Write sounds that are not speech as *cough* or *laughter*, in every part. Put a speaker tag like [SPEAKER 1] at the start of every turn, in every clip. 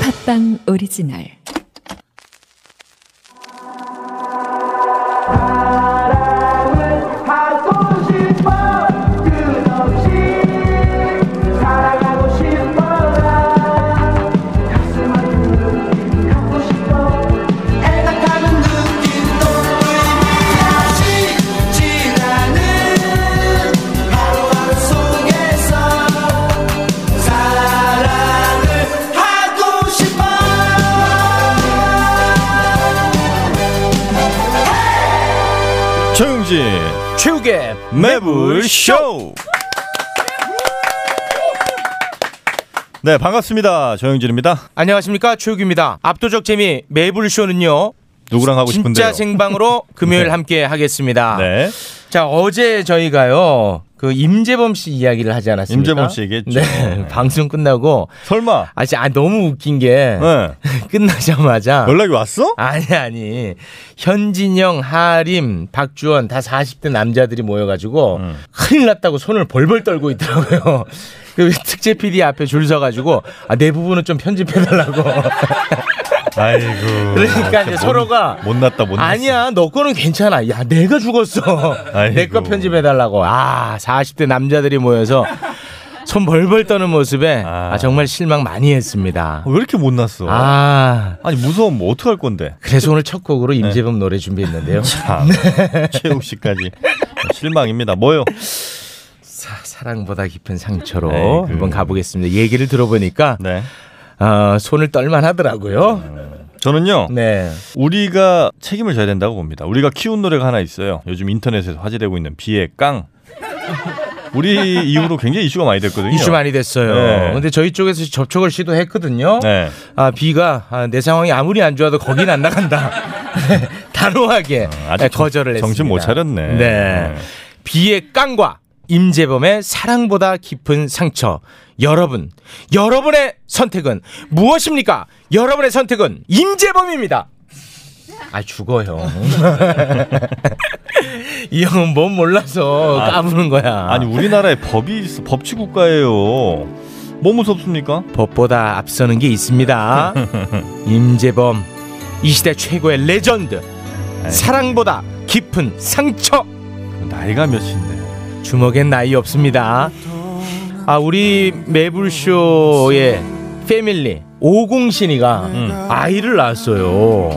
[SPEAKER 1] 팟빵 오리지널
[SPEAKER 2] 갖고 싶어 끝없이 사랑하고 싶어 나 가슴 아픈 갖고 싶어 애타는 느낌 너의 다시 지나는 하루하루 속에서 사랑을 하고 싶어
[SPEAKER 3] 조용진
[SPEAKER 4] 최욱의
[SPEAKER 3] 매불 쇼. 네 반갑습니다 조영진입니다.
[SPEAKER 4] 안녕하십니까 최욱입니다. 압도적 재미 매불쇼는요.
[SPEAKER 3] 누구랑 하고 싶은데요?
[SPEAKER 4] 진짜 생방으로
[SPEAKER 3] *laughs*
[SPEAKER 4] 금요일
[SPEAKER 3] 네.
[SPEAKER 4] 함께 하겠습니다.
[SPEAKER 3] 네
[SPEAKER 4] 자 어제 저희가요 그 임재범 씨 이야기를 하지 않았습니까?
[SPEAKER 3] 임재범 씨 얘기했죠.
[SPEAKER 4] 네, *laughs* 방송 끝나고
[SPEAKER 3] 설마
[SPEAKER 4] 아 진짜 아, 너무 웃긴 게
[SPEAKER 3] 네.
[SPEAKER 4] *laughs* 끝나자마자
[SPEAKER 3] 연락이 왔어?
[SPEAKER 4] 아니 아니 현진영, 하림, 박주원 다 40대 남자들이 모여가지고
[SPEAKER 3] 음.
[SPEAKER 4] 큰일 났다고 손을 벌벌 떨고 있더라고요. *laughs* 그 특제 PD 앞에 줄 서가지고 아, 내 부분은 좀 편집해달라고.
[SPEAKER 3] 음. 아이고
[SPEAKER 4] *laughs* 그러니까 이제 서로가
[SPEAKER 3] 못났다 못났어.
[SPEAKER 4] 아니야 너 거는 괜찮아. 야 내가 죽었어.
[SPEAKER 3] *laughs* 아이고.
[SPEAKER 4] 내 거 편집해달라고. 아 40대 남자들이 모여서 손 벌벌 떠는 모습에
[SPEAKER 3] 아.
[SPEAKER 4] 아, 정말 실망 많이 했습니다.
[SPEAKER 3] 왜 이렇게 못났어? 아.
[SPEAKER 4] 아
[SPEAKER 3] 니 무서우면 뭐 어떡할 건데?
[SPEAKER 4] 그래서 오늘 첫
[SPEAKER 3] 네.
[SPEAKER 4] 곡으로 임재범
[SPEAKER 3] *laughs*
[SPEAKER 4] 노래 준비했는데요.
[SPEAKER 3] 아, 최욱 씨까지 실망입니다. 뭐요?
[SPEAKER 4] 사- 사랑보다 깊은 상처로
[SPEAKER 3] 에이, 그-
[SPEAKER 4] 한번 가보겠습니다. 얘기를 들어보니까
[SPEAKER 3] 네
[SPEAKER 4] 아, 손을 떨만 하더라고요.
[SPEAKER 3] 저는요
[SPEAKER 4] 네.
[SPEAKER 3] 우리가 책임을 져야 된다고 봅니다. 우리가 키운 노래가 하나 있어요. 요즘 인터넷에서 화제되고 있는 비의 깡. 우리 이후로 굉장히 이슈가 많이 됐거든요.
[SPEAKER 4] 이슈 많이 됐어요.
[SPEAKER 3] 네.
[SPEAKER 4] 근데 저희 쪽에서 접촉을 시도했거든요.
[SPEAKER 3] 네.
[SPEAKER 4] 아, 비가 아, 내 상황이 아무리 안 좋아도 거긴 안 나간다.
[SPEAKER 3] *laughs*
[SPEAKER 4] 단호하게
[SPEAKER 3] 아주
[SPEAKER 4] 네,
[SPEAKER 3] 정-
[SPEAKER 4] 거절을 했습니다.
[SPEAKER 3] 정신 못 차렸네.
[SPEAKER 4] 네.
[SPEAKER 3] 네.
[SPEAKER 4] 비의 깡과 임재범의 사랑보다 깊은 상처. 여러분, 여러분의 선택은 무엇입니까? 여러분의 선택은 임재범입니다. 아 죽어요. *laughs* 이 형은 뭔 몰라서 까부는 거야.
[SPEAKER 3] 아, 아니 우리나라에 법이 있어. 법치 국가예요. 뭐 무섭습니까?
[SPEAKER 4] 법보다 앞서는
[SPEAKER 3] *laughs*
[SPEAKER 4] 게 있습니다. 임재범 이 시대 최고의 레전드
[SPEAKER 3] 네.
[SPEAKER 4] 사랑보다 깊은 상처
[SPEAKER 3] 나이가 몇인데.
[SPEAKER 4] 주먹엔 나이 없습니다. 아 우리 매불쇼의 패밀리 오공신이가
[SPEAKER 3] 음.
[SPEAKER 4] 아이를 낳았어요.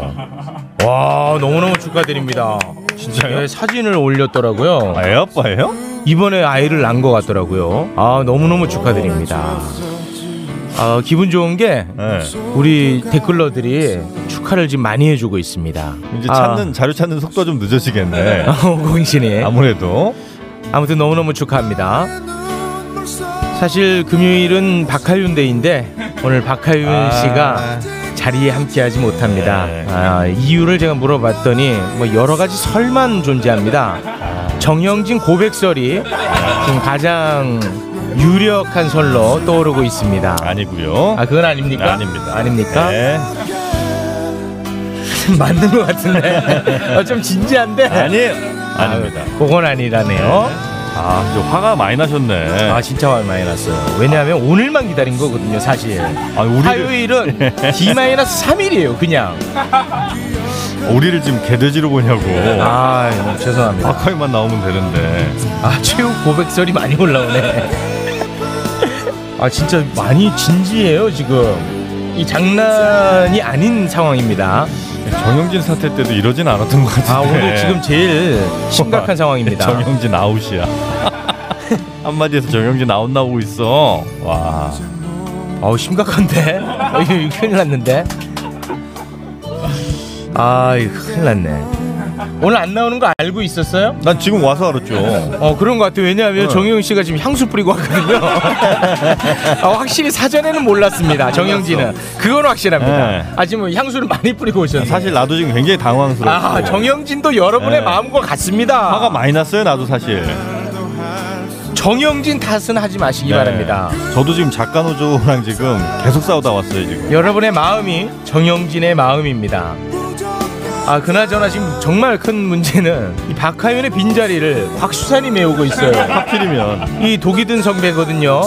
[SPEAKER 4] 와 너무너무 축하드립니다.
[SPEAKER 3] 진짜요?
[SPEAKER 4] 예, 사진을 올렸더라고요.
[SPEAKER 3] 아, 애 아빠예요?
[SPEAKER 4] 이번에 아이를 낳은 것 같더라고요. 아 너무너무 축하드립니다. 아 기분 좋은 게
[SPEAKER 3] 네.
[SPEAKER 4] 우리 댓글러들이 축하를 지금 많이 해주고 있습니다.
[SPEAKER 3] 이제 찾는 자료 찾는 속도가 좀 늦어지겠네.
[SPEAKER 4] 아, *laughs* 공신이
[SPEAKER 3] 아무래도
[SPEAKER 4] 아무튼 너무너무 축하합니다. 사실 금요일은 박하윤 데이인데 오늘 박하윤
[SPEAKER 3] 아.
[SPEAKER 4] 씨가 자리에 함께하지 못합니다.
[SPEAKER 3] 네.
[SPEAKER 4] 아, 이유를 제가 물어봤더니 뭐 여러 가지 설만 존재합니다. 정영진 고백설이 지금 가장 유력한 설로 떠오르고 있습니다.
[SPEAKER 3] 아니고요.
[SPEAKER 4] 아 그건 아닙니까?
[SPEAKER 3] 아닙니다.
[SPEAKER 4] 아닙니까?
[SPEAKER 3] 네.
[SPEAKER 4] *laughs* 맞는
[SPEAKER 3] *laughs*
[SPEAKER 4] 것 같은데 어, 좀 진지한데
[SPEAKER 3] 아니 아닙니다.
[SPEAKER 4] 아유, 그건 아니라네요.
[SPEAKER 3] 아, 이제 화가 많이 나셨네.
[SPEAKER 4] 아 진짜 화 많이 났어요. 왜냐하면 오늘만 기다린 거거든요, 사실.
[SPEAKER 3] 아, 우리를 *laughs* 네.
[SPEAKER 4] 화요일은 D 마이너스 3일이에요, 그냥.
[SPEAKER 3] 우리를 지금 개돼지로 보냐고.
[SPEAKER 4] 아 너무 죄송합니다.
[SPEAKER 3] 박하이만 나오면 되는데.
[SPEAKER 4] 아 최후 고백설이
[SPEAKER 3] *laughs*
[SPEAKER 4] 많이 올라오네. 아 진짜 많이 진지해요 지금. 이 장난이 아닌 상황입니다.
[SPEAKER 3] 정영진 사태 때도 이러진 않았던 것 같은데.
[SPEAKER 4] 아 오늘 지금 제일
[SPEAKER 3] *laughs*
[SPEAKER 4] 심각한 상황입니다.
[SPEAKER 3] 네. 정영진 아웃이야. *laughs* 한마디에서 정영진 아웃 나오고 있어. 와.
[SPEAKER 4] 어우 심각한데 *laughs* 어, 이거 이거 큰일 났는데 아 이거 큰일 났네 오늘 안 나오는 거 알고 있었어요?
[SPEAKER 3] 난 지금 와서 알았죠.
[SPEAKER 4] 어 그런 것 같아요 왜냐하면 정영 씨가 지금 향수
[SPEAKER 3] *laughs*
[SPEAKER 4] 뿌리고 왔거든요 아, 확실히 사전에는 몰랐습니다 정영 씨는 그건 확실합니다
[SPEAKER 3] 네.
[SPEAKER 4] 아 지금 향수를 많이 뿌리고 오셨네
[SPEAKER 3] 사실 나도 지금 굉장히 당황스러워.
[SPEAKER 4] 아 정영진도 여러분의
[SPEAKER 3] 네.
[SPEAKER 4] 마음과 같습니다
[SPEAKER 3] 화가 많이 났어요. 나도 사실.
[SPEAKER 4] 정영진 탓은 하지 마시기
[SPEAKER 3] 네.
[SPEAKER 4] 바랍니다
[SPEAKER 3] 저도 지금 작가 노조랑 지금 계속 싸우다 왔어요 지금.
[SPEAKER 4] 여러분의 마음이 정영진의 마음입니다. 아 그나저나 지금 정말 큰 문제는 이
[SPEAKER 3] *laughs*
[SPEAKER 4] 박하윤의 빈자리를 곽수산이 메우고 있어요.
[SPEAKER 3] 하필이면 네.
[SPEAKER 4] 이 독이 든 선배거든요.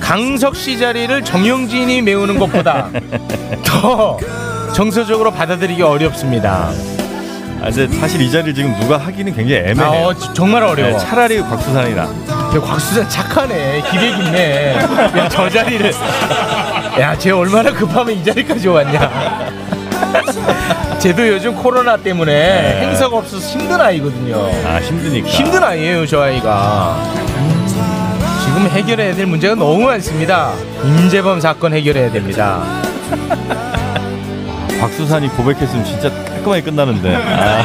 [SPEAKER 4] 강석 씨 자리를 정영진이 메우는
[SPEAKER 3] *laughs*
[SPEAKER 4] 것보다 더 정서적으로 받아들이기 어렵습니다.
[SPEAKER 3] 아, 근데 사실 이 자리를 지금 누가 하기는 굉장히
[SPEAKER 4] 아,
[SPEAKER 3] 애매해요.
[SPEAKER 4] 어, 지- 정말
[SPEAKER 3] 네,
[SPEAKER 4] 어려워.
[SPEAKER 3] 차라리 곽수산이 나.
[SPEAKER 4] 야, 곽수산 착하네. 기백 있네. 야, 저 자리를. 야, 쟤 얼마나 급하면 이 자리까지 왔냐. 쟤도 요즘 코로나 때문에 행사가 없어서 힘든 아이거든요.
[SPEAKER 3] 아 힘드니까.
[SPEAKER 4] 힘든 아이예요, 저 아이가. 음, 지금 해결해야 될 문제가 너무 많습니다. 임재범 사건 해결해야 됩니다.
[SPEAKER 3] 곽수산이 고백했으면 진짜 깔끔하게 끝나는데. *laughs* 아.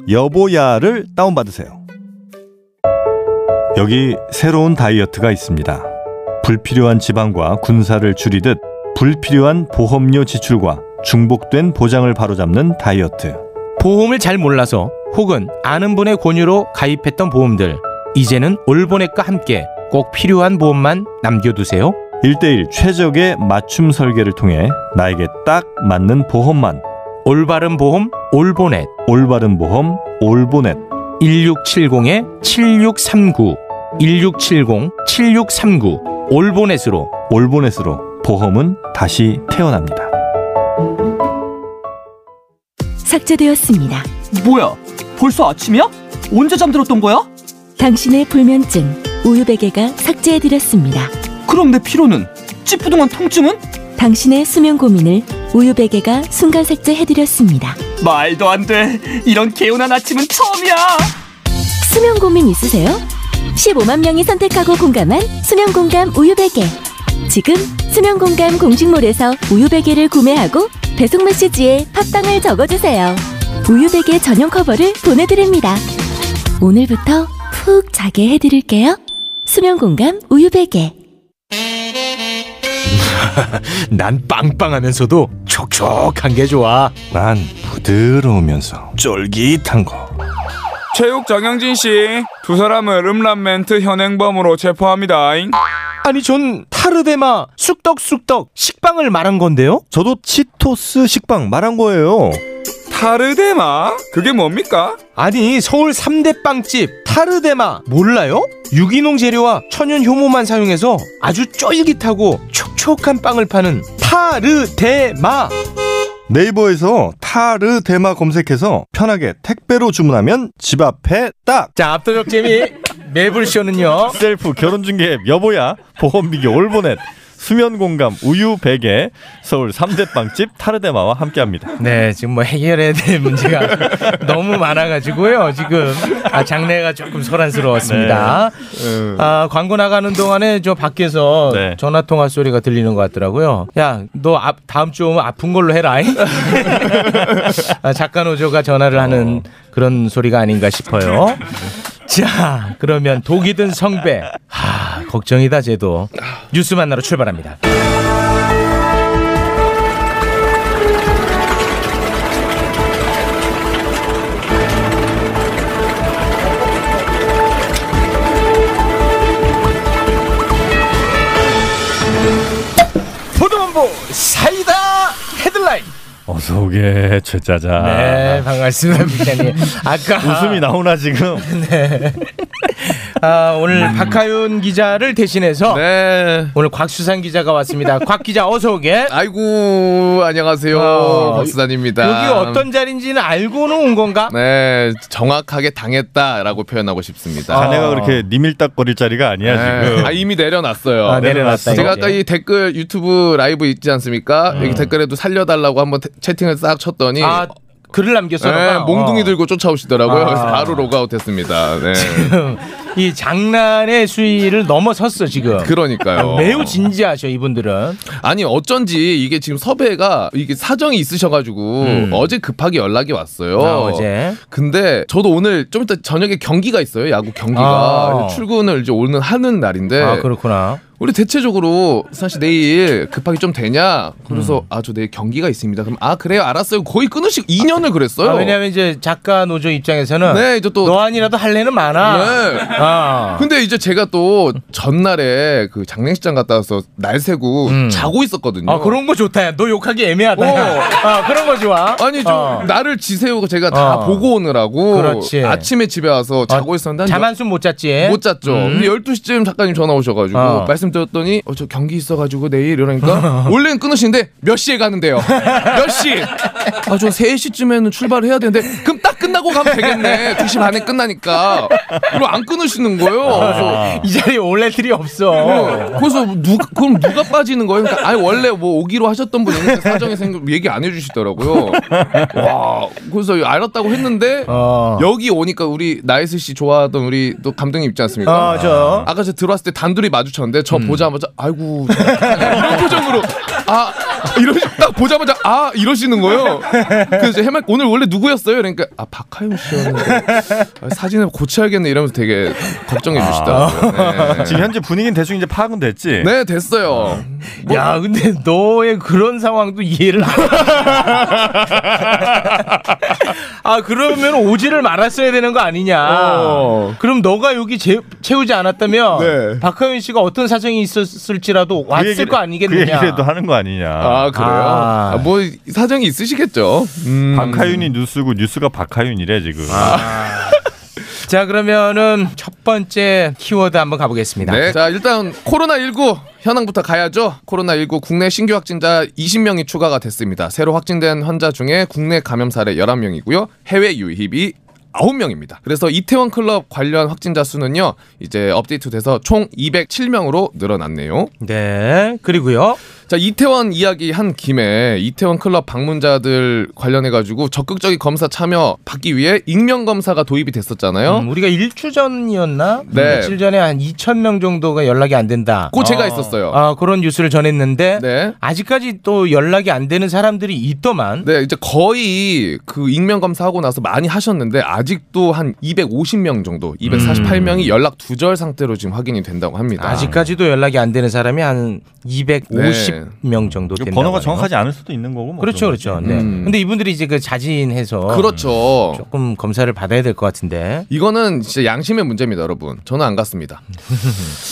[SPEAKER 3] 여보야를 다운받으세요. 여기 새로운 다이어트가 있습니다. 불필요한 지방과 군사를 줄이듯 불필요한 보험료 지출과 중복된 보장을 바로잡는 다이어트.
[SPEAKER 4] 보험을 잘 몰라서 혹은 아는 분의 권유로 가입했던 보험들. 이제는 올보넷과 함께 꼭 필요한 보험만 남겨두세요.
[SPEAKER 3] 1대1 최적의 맞춤 설계를 통해 나에게 딱 맞는 보험만
[SPEAKER 4] 올바른 보험 올보넷
[SPEAKER 3] 올바른 보험 올보넷
[SPEAKER 4] 1670-7639 1670-7639 올보넷으로
[SPEAKER 3] 올보넷으로 보험은 다시 태어납니다.
[SPEAKER 1] 삭제되었습니다.
[SPEAKER 5] 뭐야? 벌써 아침이야? 언제 잠들었던 거야?
[SPEAKER 1] 당신의 불면증 우유 베개가 삭제해드렸습니다.
[SPEAKER 5] 그럼 내 피로는? 찌뿌둥한 통증은?
[SPEAKER 1] 당신의 수면 고민을 우유 베개가 순간 삭제해드렸습니다.
[SPEAKER 5] 말도 안 돼. 이런 개운한 아침은 처음이야.
[SPEAKER 1] 수면 고민 있으세요? 15만 명이 선택하고 공감한 수면 공감 우유 베개. 지금 수면 공감 공식몰에서 우유 베개를 구매하고 배송 메시지에 팟빵을 적어주세요. 우유 베개 전용 커버를 보내드립니다. 오늘부터 푹 자게 해드릴게요. 수면 공감 우유 베개.
[SPEAKER 4] 난 빵빵하면서도 촉촉한 게 좋아
[SPEAKER 3] 난 부드러우면서 쫄깃한 거.
[SPEAKER 6] 체육 정영진 씨 두 사람을 음란 멘트 현행범으로 체포합니다.
[SPEAKER 4] 아니 전 타르데마 쑥떡쑥떡 식빵을 말한 건데요
[SPEAKER 3] 저도 치토스 식빵 말한 거예요.
[SPEAKER 6] 타르데마 그게 뭡니까?
[SPEAKER 4] 아니 서울 삼대 빵집 타르데마 몰라요? 유기농 재료와 천연 효모만 사용해서 아주 쫄깃하고 촉촉한 빵을 파는 타르데마
[SPEAKER 3] 네이버에서 타르 데마 검색해서 편하게 택배로 주문하면 집 앞에 딱.
[SPEAKER 4] 자 압도적 재미 *laughs* 매불쇼는요
[SPEAKER 3] 셀프 결혼 중개 앱 여보야 보험 비교 올보넷 수면 공감 우유 베개 서울 삼대 빵집 타르데마와 함께합니다.
[SPEAKER 4] 네, 지금 뭐 해결해야 될 *laughs* 문제가 너무 많아가지고요. 지금 아, 장래가 조금 소란스러웠습니다. 아, 광고 나가는 동안에 저 밖에서
[SPEAKER 3] 네.
[SPEAKER 4] 전화 통화 소리가 들리는 것 같더라고요. 야, 너 앞- 다음 주 오면 아픈 걸로 해라. 아, 작가 노조가 전화를 하는 그런 소리가 아닌가 싶어요. 자, 그러면 독이 든 성배. 하, 걱정이다, 쟤도. 뉴스 만나러 출발합니다. 보도본부 사이다 헤드라인.
[SPEAKER 3] 어서 오게 최짜자.
[SPEAKER 7] 아.
[SPEAKER 4] 네, 반갑습니다, 기자님. 아까
[SPEAKER 3] 웃음이 나오나 지금?
[SPEAKER 4] 아, 오늘 박하윤 기자를 대신해서
[SPEAKER 7] 네.
[SPEAKER 4] 오늘 곽수산 기자가
[SPEAKER 7] *laughs*
[SPEAKER 4] 왔습니다. 곽 기자 어서 오게.
[SPEAKER 7] 아, 아이고 안녕하세요
[SPEAKER 4] 어,
[SPEAKER 7] 박수단입니다.
[SPEAKER 4] 여기 어떤 자리인지는 알고는 온 건가?
[SPEAKER 7] 네 정확하게 당했다라고 표현하고
[SPEAKER 4] 아,
[SPEAKER 7] 싶습니다.
[SPEAKER 3] 자네가 그렇게 니밀딱거릴 자리가 아니야 지금.
[SPEAKER 7] 아, 이미 내려놨어요.
[SPEAKER 4] 네, 아, 내려놨다.
[SPEAKER 7] 제가
[SPEAKER 4] 이거.
[SPEAKER 7] 아까 이 댓글 유튜브 라이브 있지 않습니까? 여기 댓글에도 살려달라고 한번 태- 채팅을 싹 쳤더니
[SPEAKER 4] 음. 아, 글을 남겼어요.
[SPEAKER 7] 네,
[SPEAKER 4] 어.
[SPEAKER 7] 몽둥이 들고 쫓아오시더라고요.
[SPEAKER 4] 아.
[SPEAKER 7] 그래서 바로 로그아웃했습니다. 네.
[SPEAKER 4] *laughs* 이 장난의 수위를 넘어섰어 지금. 아,
[SPEAKER 7] 그러니까요.
[SPEAKER 4] 매우 진지하셔 이분들은.
[SPEAKER 7] 아니 어쩐지 이게 지금 섭외가 이게 사정이 있으셔가지고 어제 급하게 연락이 왔어요.
[SPEAKER 4] 음. 아, 어제.
[SPEAKER 7] 근데 저도 오늘 좀 이따 저녁에 경기가 있어요. 야구 경기가
[SPEAKER 4] 아.
[SPEAKER 7] 그래서 출근을 이제 오늘 하는 날인데
[SPEAKER 4] 아 그렇구나.
[SPEAKER 7] 우리 대체적으로 사실 내일 급하게 좀 되냐? 그래서
[SPEAKER 4] 음.
[SPEAKER 7] 아 저 내일 경기가 있습니다. 그럼 아 그래요 알았어요. 거의 끊으시고 2년을 그랬어요.
[SPEAKER 4] 아, 왜냐하면 이제 작가 노조 입장에서는
[SPEAKER 7] 네, 이제 또-
[SPEAKER 4] 너한이라도 할래는 많아.
[SPEAKER 7] 네.
[SPEAKER 4] 아.
[SPEAKER 7] 근데 이제 제가 또 전날에 그 장례식장 갔다 와서 날 새고 자고 있었거든요.
[SPEAKER 4] 아 그런 거 좋다. 야. 너 욕하기 애매하다. 야. 아 그런 거 좋아.
[SPEAKER 7] 어. 아니 좀
[SPEAKER 4] 어.
[SPEAKER 7] 나를 지새우고 제가 다
[SPEAKER 4] 어.
[SPEAKER 7] 보고 오느라고
[SPEAKER 4] 그렇지. 어,
[SPEAKER 7] 아침에 집에 와서 자고 있었는데 한 여-
[SPEAKER 4] 잠한숨 못 잤지.
[SPEAKER 7] 못 잤죠. 근데 12시쯤 작가님 전화 오셔가지고
[SPEAKER 4] 어.
[SPEAKER 7] 말씀드렸더니 어, 저 경기 있어가지고 내일 이러니까 원래는 끊으시는데 몇 시에 가는데요? 몇 시? 아, 저 3시쯤에는 출발을 해야 되는데 그럼 딱 끝나고 가면 되겠네. 2시 반에 끝나니까. 그리고 안 끊으시는 거예요. 그래서
[SPEAKER 4] 이 자리에 올레 틀이 없어.
[SPEAKER 7] 어, 그래서 누 그럼 누가 빠지는 거예요? 그러니까 아니 원래 뭐 오기로 하셨던 분이 있는데 사정에 생각 얘기 안 해주시더라고요. 와 그래서 알았다고 했는데
[SPEAKER 4] 어.
[SPEAKER 7] 여기 오니까 우리 나이스 씨 좋아하던 우리 또 감독님 있지 않습니까?
[SPEAKER 4] 어, 저.
[SPEAKER 7] 아까 저 들어왔을 때 단둘이 마주쳤는데 저 보자마자 아이고 저 어떡하냐 이런 표정으로 아 이러 딱 보자마자 아 이러시는 거예요. 그래서 해맑 오늘 원래 누구였어요? 그러니까 아 박하영 씨였는데 아, 사진을 고쳐야겠네 이러면서 되게 걱정해 주시더라고요. 네.
[SPEAKER 3] 지금 현재 분위기는 대충 이제 파악은 됐지.
[SPEAKER 7] 네 됐어요.
[SPEAKER 4] 야, 근데 너의 그런 상황도 이해를
[SPEAKER 7] *laughs*
[SPEAKER 4] 안 아, 그러면 오지를 말았어야 되는 거 아니냐.
[SPEAKER 7] 어.
[SPEAKER 4] 그럼 너가 여기 재, 채우지 않았다면
[SPEAKER 7] 네.
[SPEAKER 4] 박하윤 씨가 어떤 사정이 있었을지라도
[SPEAKER 3] 그
[SPEAKER 4] 왔을
[SPEAKER 3] 얘기를-
[SPEAKER 4] 거
[SPEAKER 3] 그
[SPEAKER 4] 아니겠느냐.
[SPEAKER 3] 얘기라도 하는 거 아니냐.
[SPEAKER 7] 아 그래요?
[SPEAKER 4] 아.
[SPEAKER 7] 아, 뭐 사정이 있으시겠죠. 음.
[SPEAKER 3] 박하윤이 뉴스고 뉴스가 박하윤이래 지금.
[SPEAKER 4] 자, 그러면은 첫 번째 키워드 한번 가보겠습니다.
[SPEAKER 7] 네. 자 일단 코로나 19 현황부터 가야죠. 코로나 19 국내 신규 확진자 20명이 추가가 됐습니다. 새로 확진된 환자 중에 국내 감염 사례 11명이고요. 해외 유입이 9명입니다. 그래서 이태원 클럽 관련 확진자 수는요. 이제 업데이트돼서 총 207명으로 늘어났네요.
[SPEAKER 4] 네, 그리고요.
[SPEAKER 7] 자 이태원 이야기 한 김에 이태원 클럽 방문자들 관련해 가지고 적극적인 검사 참여 받기 위해 익명 검사가 도입이 됐었잖아요.
[SPEAKER 4] 음, 우리가 일주 전이었나?
[SPEAKER 7] 어? 네.
[SPEAKER 4] 며칠 전에 한 2천 명 정도가 연락이 안 된다.
[SPEAKER 7] 고 제가 있었어요.
[SPEAKER 4] 아, 그런 뉴스를 전했는데
[SPEAKER 7] 그렇죠. 네.
[SPEAKER 4] 아직까지 또 연락이 안 되는 사람들이 있더만.
[SPEAKER 7] 네, 이제 거의 그 익명 검사하고 나서 많이 하셨는데 아직도 한 250명 정도, 248명이 연락 두절 상태로 지금 확인이 된다고 합니다.
[SPEAKER 4] 음. 아직까지도 연락이 안 되는 사람이 한
[SPEAKER 7] 네.
[SPEAKER 4] 250명 정도
[SPEAKER 3] 이거
[SPEAKER 4] 된다.
[SPEAKER 3] 번호가 정확하지 않을 수도 있는 거고. 뭐
[SPEAKER 4] 그렇죠,
[SPEAKER 3] 그런
[SPEAKER 4] 그렇죠.
[SPEAKER 3] 거지.
[SPEAKER 4] 네.
[SPEAKER 7] 음.
[SPEAKER 4] 근데 이분들이 이제 그 자진해서
[SPEAKER 7] 그렇죠.
[SPEAKER 4] 조금 검사를 받아야 될 것 같은데.
[SPEAKER 7] 이거는 진짜 양심의 문제입니다, 여러분. 저는 안
[SPEAKER 4] *laughs*
[SPEAKER 7] 갔습니다.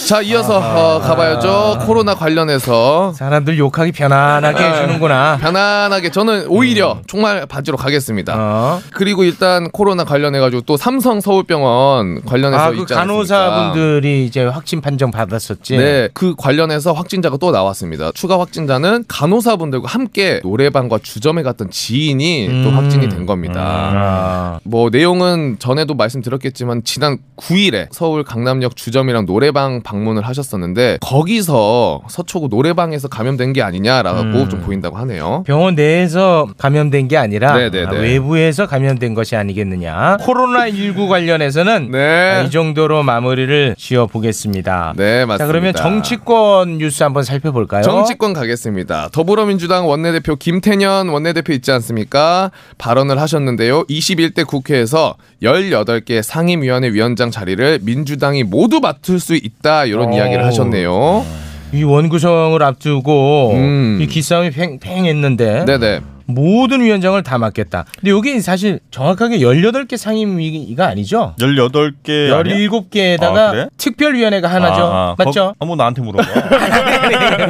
[SPEAKER 7] 자, 이어서
[SPEAKER 4] 아.
[SPEAKER 7] 어, 가봐야죠. 코로나 관련해서
[SPEAKER 4] 사람들 욕하기 편안하게
[SPEAKER 7] 네.
[SPEAKER 4] 해주는구나.
[SPEAKER 7] 편안하게 저는 오히려 정말 바지로 가겠습니다.
[SPEAKER 4] 음. 어.
[SPEAKER 7] 그리고 일단 코로나 관련해가지고 또 삼성 서울병원 관련해서
[SPEAKER 4] 아, 그
[SPEAKER 7] 있지 않습니까?
[SPEAKER 4] 간호사분들이 이제 확진 판정 받았었지.
[SPEAKER 7] 네, 그 관련해서 확진자가 또 나왔습니다. 추가 확진자는 간호사분들과 함께 노래방과 주점에 갔던 지인이 또 확진이 된 겁니다.
[SPEAKER 4] 음. 아,
[SPEAKER 7] 뭐 내용은 전에도 말씀드렸겠지만 지난 9일에 서울 강남역 주점이랑 노래방 방문을 하셨었는데 거기서 서초구 노래방에서 감염된 게 아니냐라고
[SPEAKER 4] 음.
[SPEAKER 7] 좀 보인다고 하네요.
[SPEAKER 4] 병원 내에서 감염된 게 아니라
[SPEAKER 7] 네, 네,
[SPEAKER 4] 아,
[SPEAKER 7] 네.
[SPEAKER 4] 외부에서 감염된 것이 아니겠느냐. 코로나 19 관련해서는 아,
[SPEAKER 7] 네.
[SPEAKER 4] 이 정도로 마무리를 지어 보겠습니다.
[SPEAKER 7] 네, 맞습니다.
[SPEAKER 4] 자 그러면 정치권 뉴스 한번 살펴볼까요?
[SPEAKER 7] 정치권 가겠습니다. 더불어민주당 원내대표 김태년 원내대표 있지 않습니까? 발언을 하셨는데요. 21대 국회에서 18개 상임위원회 위원장 자리를 민주당이 모두 맡을 수 있다 이런
[SPEAKER 4] 오.
[SPEAKER 7] 이야기를 하셨네요.
[SPEAKER 4] 이 원구성을 앞두고
[SPEAKER 7] 음.
[SPEAKER 4] 이 기싸움이 팽팽했는데
[SPEAKER 7] 네네.
[SPEAKER 4] 모든 위원장을 다 맡겠다. 근데 여기 사실 정확하게 18개 상임위가 아니죠?
[SPEAKER 3] 18개 아니야?
[SPEAKER 4] 17개에다가
[SPEAKER 3] 아, 그래?
[SPEAKER 4] 특별위원회가 하나죠.
[SPEAKER 3] 아, 아,
[SPEAKER 4] 맞죠?
[SPEAKER 3] 거- 아, 뭐 나한테 물어봐.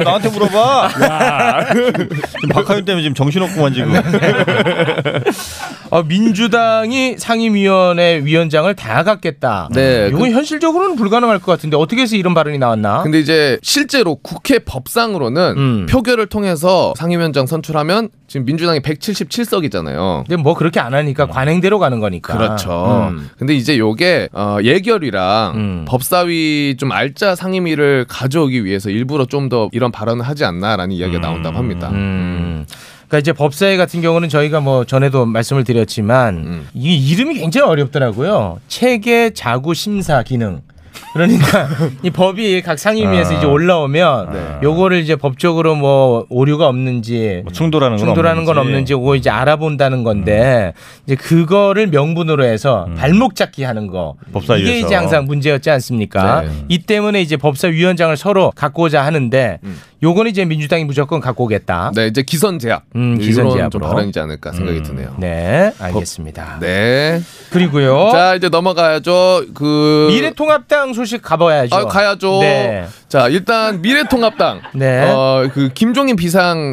[SPEAKER 3] *laughs* 나한테 물어봐. 지금 박하윤 때문에 지금 정신없구만 지금.
[SPEAKER 4] 네, 어, 민주당이 상임위원회 위원장을 다 갖겠다.
[SPEAKER 7] 네,
[SPEAKER 4] 이건 현실적으로는 불가능할 것 같은데 어떻게 해서 이런 발언이 나왔나?
[SPEAKER 7] 근데 이제 실제로 국회 법상으로는
[SPEAKER 4] 음.
[SPEAKER 7] 표결을 통해서 상임위원장 선출하면 지금 민주당이 177석이잖아요.
[SPEAKER 4] 근데 뭐 그렇게 안 하니까 관행대로 가는 거니까.
[SPEAKER 7] 음. 그렇죠.
[SPEAKER 4] 음.
[SPEAKER 7] 근데 이제 요게 어, 예결이랑
[SPEAKER 4] 음.
[SPEAKER 7] 법사위 좀 알짜 상임위를 가져오기 위해서 일부러 좀 더 이런 발언을 하지 않나라는 이야기가 나온다고 합니다.
[SPEAKER 4] 음. 그러니까 이제 법사위 같은 경우는 저희가 뭐 전에도 말씀을 드렸지만
[SPEAKER 7] 음.
[SPEAKER 4] 이 이름이 굉장히 어렵더라고요. 체계 자구 심사 기능.
[SPEAKER 7] *laughs*
[SPEAKER 4] 그러니까 이 법이 각 상임위에서
[SPEAKER 3] 아.
[SPEAKER 4] 이제 올라오면
[SPEAKER 7] 네.
[SPEAKER 4] 요거를 이제 법적으로 뭐 오류가 없는지
[SPEAKER 3] 뭐 충돌하는 건
[SPEAKER 4] 충돌하는 건
[SPEAKER 3] 없는지.
[SPEAKER 4] 없는지 그거 이제 알아본다는 건데
[SPEAKER 7] 음.
[SPEAKER 4] 이제 그거를 명분으로 해서 발목 잡기 하는 거
[SPEAKER 3] 법사위에서.
[SPEAKER 4] 이게 이제 항상 문제였지 않습니까?
[SPEAKER 7] 네.
[SPEAKER 4] 이 때문에 이제 법사위원장을 서로 갖고자 하는데
[SPEAKER 7] 음.
[SPEAKER 4] 요거는 이제 민주당이 무조건 갖고 오겠다.
[SPEAKER 7] 네, 이제 기선 제압.
[SPEAKER 4] 음, 기선
[SPEAKER 7] 이런 좀
[SPEAKER 4] 제압으로.
[SPEAKER 7] 발언이지 않을까 생각이 드네요.
[SPEAKER 4] 네, 알겠습니다.
[SPEAKER 7] 네.
[SPEAKER 4] 그리고요.
[SPEAKER 7] 자, 이제 넘어가야죠. 그
[SPEAKER 4] 어? 미래통합당 소식 가봐야죠.
[SPEAKER 7] 아, 가야죠.
[SPEAKER 4] 네.
[SPEAKER 7] 자, 일단 미래통합당.
[SPEAKER 4] 네.
[SPEAKER 7] 어, 그 김종인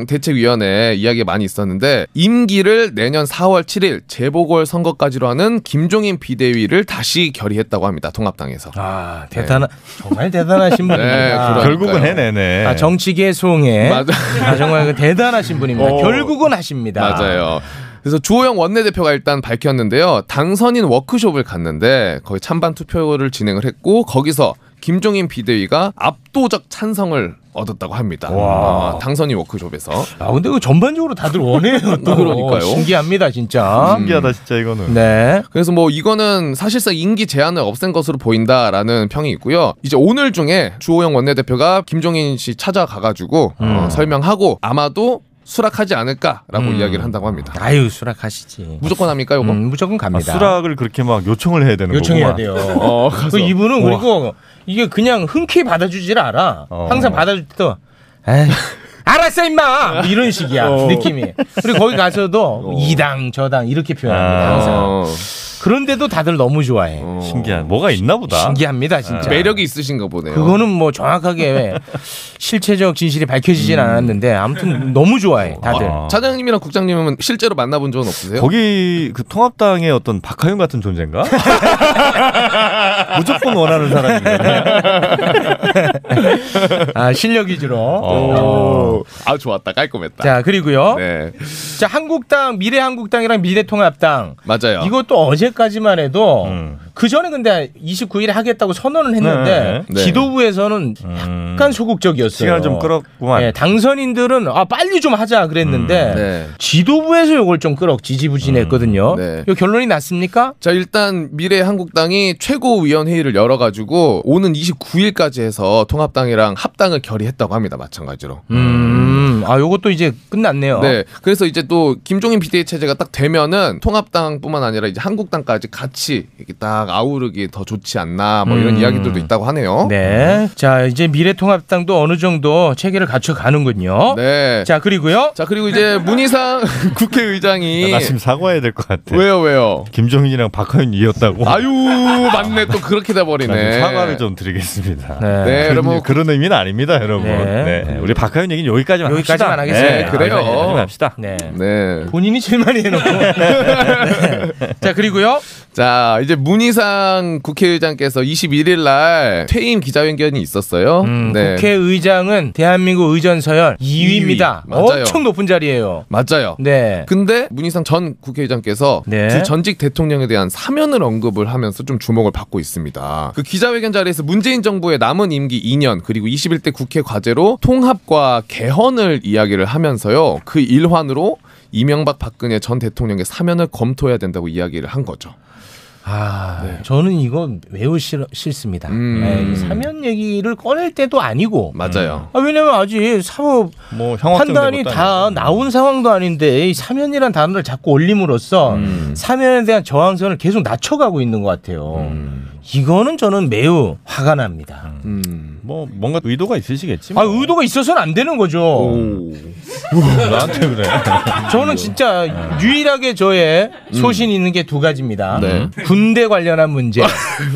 [SPEAKER 7] 비상대책위원회 이야기가 많이 있었는데 임기를 내년 4월 7일 재보궐 선거까지로 하는 김종인 비대위를 다시 결의했다고 합니다. 통합당에서.
[SPEAKER 4] 아, 대단한 정말
[SPEAKER 7] *laughs*
[SPEAKER 4] 대단하신 분입니다.
[SPEAKER 7] 네. 그럼.
[SPEAKER 3] 아, 결국은 해내네.
[SPEAKER 4] 아, 정치계 송해.
[SPEAKER 7] 맞아.
[SPEAKER 4] 아, 정말 그 대단하신 분입니다.
[SPEAKER 7] 어.
[SPEAKER 4] 결국은 하십니다.
[SPEAKER 7] 맞아요. 그래서 주호영 원내대표가 일단 밝혔는데요. 당선인 워크숍을 갔는데 거기 찬반 투표를 진행을 했고 거기서 김종인 비대위가 압도적 찬성을 얻었다고 합니다.
[SPEAKER 3] 와.
[SPEAKER 7] 아, 당선인 워크숍에서.
[SPEAKER 4] 아, 근데 그 전반적으로 다들 원해요. 또.
[SPEAKER 7] 그러니까요.
[SPEAKER 4] 신기합니다, 진짜.
[SPEAKER 3] 신기하다 진짜 이거는.
[SPEAKER 4] 음.
[SPEAKER 3] 아,
[SPEAKER 4] 네.
[SPEAKER 7] 그래서 뭐 이거는 사실상 임기 제한을 없앤 것으로 보인다라는 평이 있고요. 이제 오늘 중에 주호영 원내대표가 김종인 씨 찾아가가지고
[SPEAKER 4] 음.
[SPEAKER 7] 어, 설명하고 아마도 수락하지 않을까라고 이야기를 한다고 합니다.
[SPEAKER 4] 아유, 수락하시지.
[SPEAKER 7] 무조건 합니까 이거?
[SPEAKER 4] 음, 무조건
[SPEAKER 3] 아,
[SPEAKER 4] 갑니다.
[SPEAKER 3] 수락을 그렇게 막 요청을 해야 되는
[SPEAKER 4] 요청해야
[SPEAKER 3] 거구만.
[SPEAKER 4] 돼요.
[SPEAKER 7] 어,
[SPEAKER 4] *laughs* 그 이분은
[SPEAKER 3] 우와.
[SPEAKER 4] 그리고 이게 그냥 흔쾌히 받아주질 않아.
[SPEAKER 3] 어.
[SPEAKER 4] 항상 받아줄 때도 에이, *laughs* 알았어 임마 뭐 이런 식이야 느낌이. 그리고 거기 가서도 이당 저당 이렇게 표현합니다.
[SPEAKER 3] 아. 어.
[SPEAKER 4] 항상.
[SPEAKER 7] 어,
[SPEAKER 4] 그런데도 다들 너무 좋아해.
[SPEAKER 3] 신기한. 뭐가 있나 보다.
[SPEAKER 4] 신기합니다 진짜.
[SPEAKER 7] 매력이 있으신가 보네요.
[SPEAKER 4] 그거는 뭐 정확하게 실체적 진실이 밝혀지진 않았는데 아무튼 너무 좋아해 다들.
[SPEAKER 3] 아.
[SPEAKER 7] 차장님이랑 국장님은 실제로 만나본 적은 없으세요?
[SPEAKER 3] 거기 그 통합당의 어떤 박하윤 같은 존재인가? *laughs* 무조건 원하는 사람인데.
[SPEAKER 4] 그렇죠. 아 실력 위주로.
[SPEAKER 7] 오. 어. 아 좋았다 깔끔했다.
[SPEAKER 4] 어. 자 그리고요.
[SPEAKER 7] 네
[SPEAKER 4] 자 한국당 미래한국당이랑 미래통합당
[SPEAKER 7] 맞아요.
[SPEAKER 4] 이것도 어제까지만 해도
[SPEAKER 3] 음.
[SPEAKER 4] 그 전에 근데 29일에 하겠다고 선언을 했는데
[SPEAKER 7] 네.
[SPEAKER 4] 지도부에서는
[SPEAKER 3] 음.
[SPEAKER 4] 약간 소극적이었어요.
[SPEAKER 3] 시간을 좀 끌었구만.
[SPEAKER 4] 예, 당선인들은 아 빨리 좀 하자 그랬는데
[SPEAKER 7] 네.
[SPEAKER 4] 지도부에서 이걸 좀 끌어 지지부진했거든요.
[SPEAKER 7] 음. 네.
[SPEAKER 4] 이 결론이 났습니까?
[SPEAKER 7] 자 일단 미래 한국당이 최고위원회의를 열어가지고 오는 29일까지 해서 통합당이랑 합당을 결의했다고 합니다. 마찬가지로.
[SPEAKER 4] 음, 아 요것도 이제 끝났네요.
[SPEAKER 7] 네, 그래서 이제 또 김종인 비대위 체제가 딱 되면은 통합당뿐만 아니라 이제 한국당까지 같이 이렇게 딱 아우르기 더 좋지 않나 뭐 이런
[SPEAKER 4] 음.
[SPEAKER 7] 이야기들도 있다고 하네요.
[SPEAKER 4] 네. 자 이제 미래통합당도 어느 정도 체계를 갖춰 가는군요.
[SPEAKER 7] 네. 자,
[SPEAKER 4] 자 그리고요.
[SPEAKER 7] 그리고 이제 문희상 *laughs*
[SPEAKER 4] 예.
[SPEAKER 7] 국회의장이
[SPEAKER 3] 나 지금 사과해야 될 것 같아.
[SPEAKER 7] 왜요 왜요?
[SPEAKER 3] 김종인이랑 박하윤 이었다고. *laughs*
[SPEAKER 7] 아유 맞네 또 네. 그렇게
[SPEAKER 3] 나 지금
[SPEAKER 7] 돼버리네.
[SPEAKER 3] 사과를 좀 드리겠습니다.
[SPEAKER 4] 네.
[SPEAKER 7] 네,
[SPEAKER 3] 그런,
[SPEAKER 7] 여러분.
[SPEAKER 3] 그런 의미는 아닙니다, 여러분.
[SPEAKER 4] 네.
[SPEAKER 3] 네. 우리 박하윤 얘기는 여기까지만
[SPEAKER 4] 여기까지만
[SPEAKER 3] 합시다.
[SPEAKER 4] 하겠습니다.
[SPEAKER 7] 네, 그래요.
[SPEAKER 3] 여기까지만 합시다.
[SPEAKER 4] 네.
[SPEAKER 7] 네.
[SPEAKER 4] 본인이 실만이 해놓고. *laughs* 네. 자 그리고요.
[SPEAKER 7] 자 이제 문희상 국회의장께서 21일 날 퇴임 기자회견이 있었어요.
[SPEAKER 4] 음,
[SPEAKER 7] 네.
[SPEAKER 4] 국회의장은 대한민국 의전 서열 2위입니다.
[SPEAKER 7] 이 위. 맞아요.
[SPEAKER 4] 엄청 높은 자리예요.
[SPEAKER 7] 맞아요.
[SPEAKER 4] 네.
[SPEAKER 7] 근데 문희상 전 국회의장께서
[SPEAKER 4] 네.
[SPEAKER 7] 그 전직 대통령에 대한 사면을 언급을 하면서 좀 주목을 받고 있습니다. 그 기자회견 자리에서 문재인 정부의 남은 임기 2년 그리고 21대 국회 과제로 통합과 개헌을 이야기를 하면서요. 그 일환으로 이명박 박근혜 전 대통령의 사면을 검토해야 된다고 이야기를 한 거죠.
[SPEAKER 4] 아, 저는 이거 매우 싫, 싫습니다.
[SPEAKER 7] 음.
[SPEAKER 4] 네, 이 사면 얘기를 꺼낼 때도 아니고.
[SPEAKER 7] 맞아요.
[SPEAKER 4] 아, 왜냐면 아직 사법
[SPEAKER 3] 뭐 형확정된
[SPEAKER 4] 판단이
[SPEAKER 3] 것도
[SPEAKER 4] 다
[SPEAKER 3] 아니고.
[SPEAKER 4] 나온 상황도 아닌데 이 사면이란 단어를 자꾸 올림으로써 사면에 대한 저항선을 계속 낮춰가고 있는 것 같아요. 이거는 저는 매우 화가 납니다.
[SPEAKER 7] 음.
[SPEAKER 3] 뭐 뭔가 의도가 있으시겠지.
[SPEAKER 4] 아,
[SPEAKER 3] 뭐.
[SPEAKER 4] 의도가 있어서는 안 되는 거죠.
[SPEAKER 7] 음.
[SPEAKER 3] 나한테 그래. *laughs*
[SPEAKER 4] 저는 진짜 유일하게 저의 소신 있는 게 두 가지입니다.
[SPEAKER 7] 음. 네.
[SPEAKER 4] 군대 관련한
[SPEAKER 7] *laughs*
[SPEAKER 4] 문제,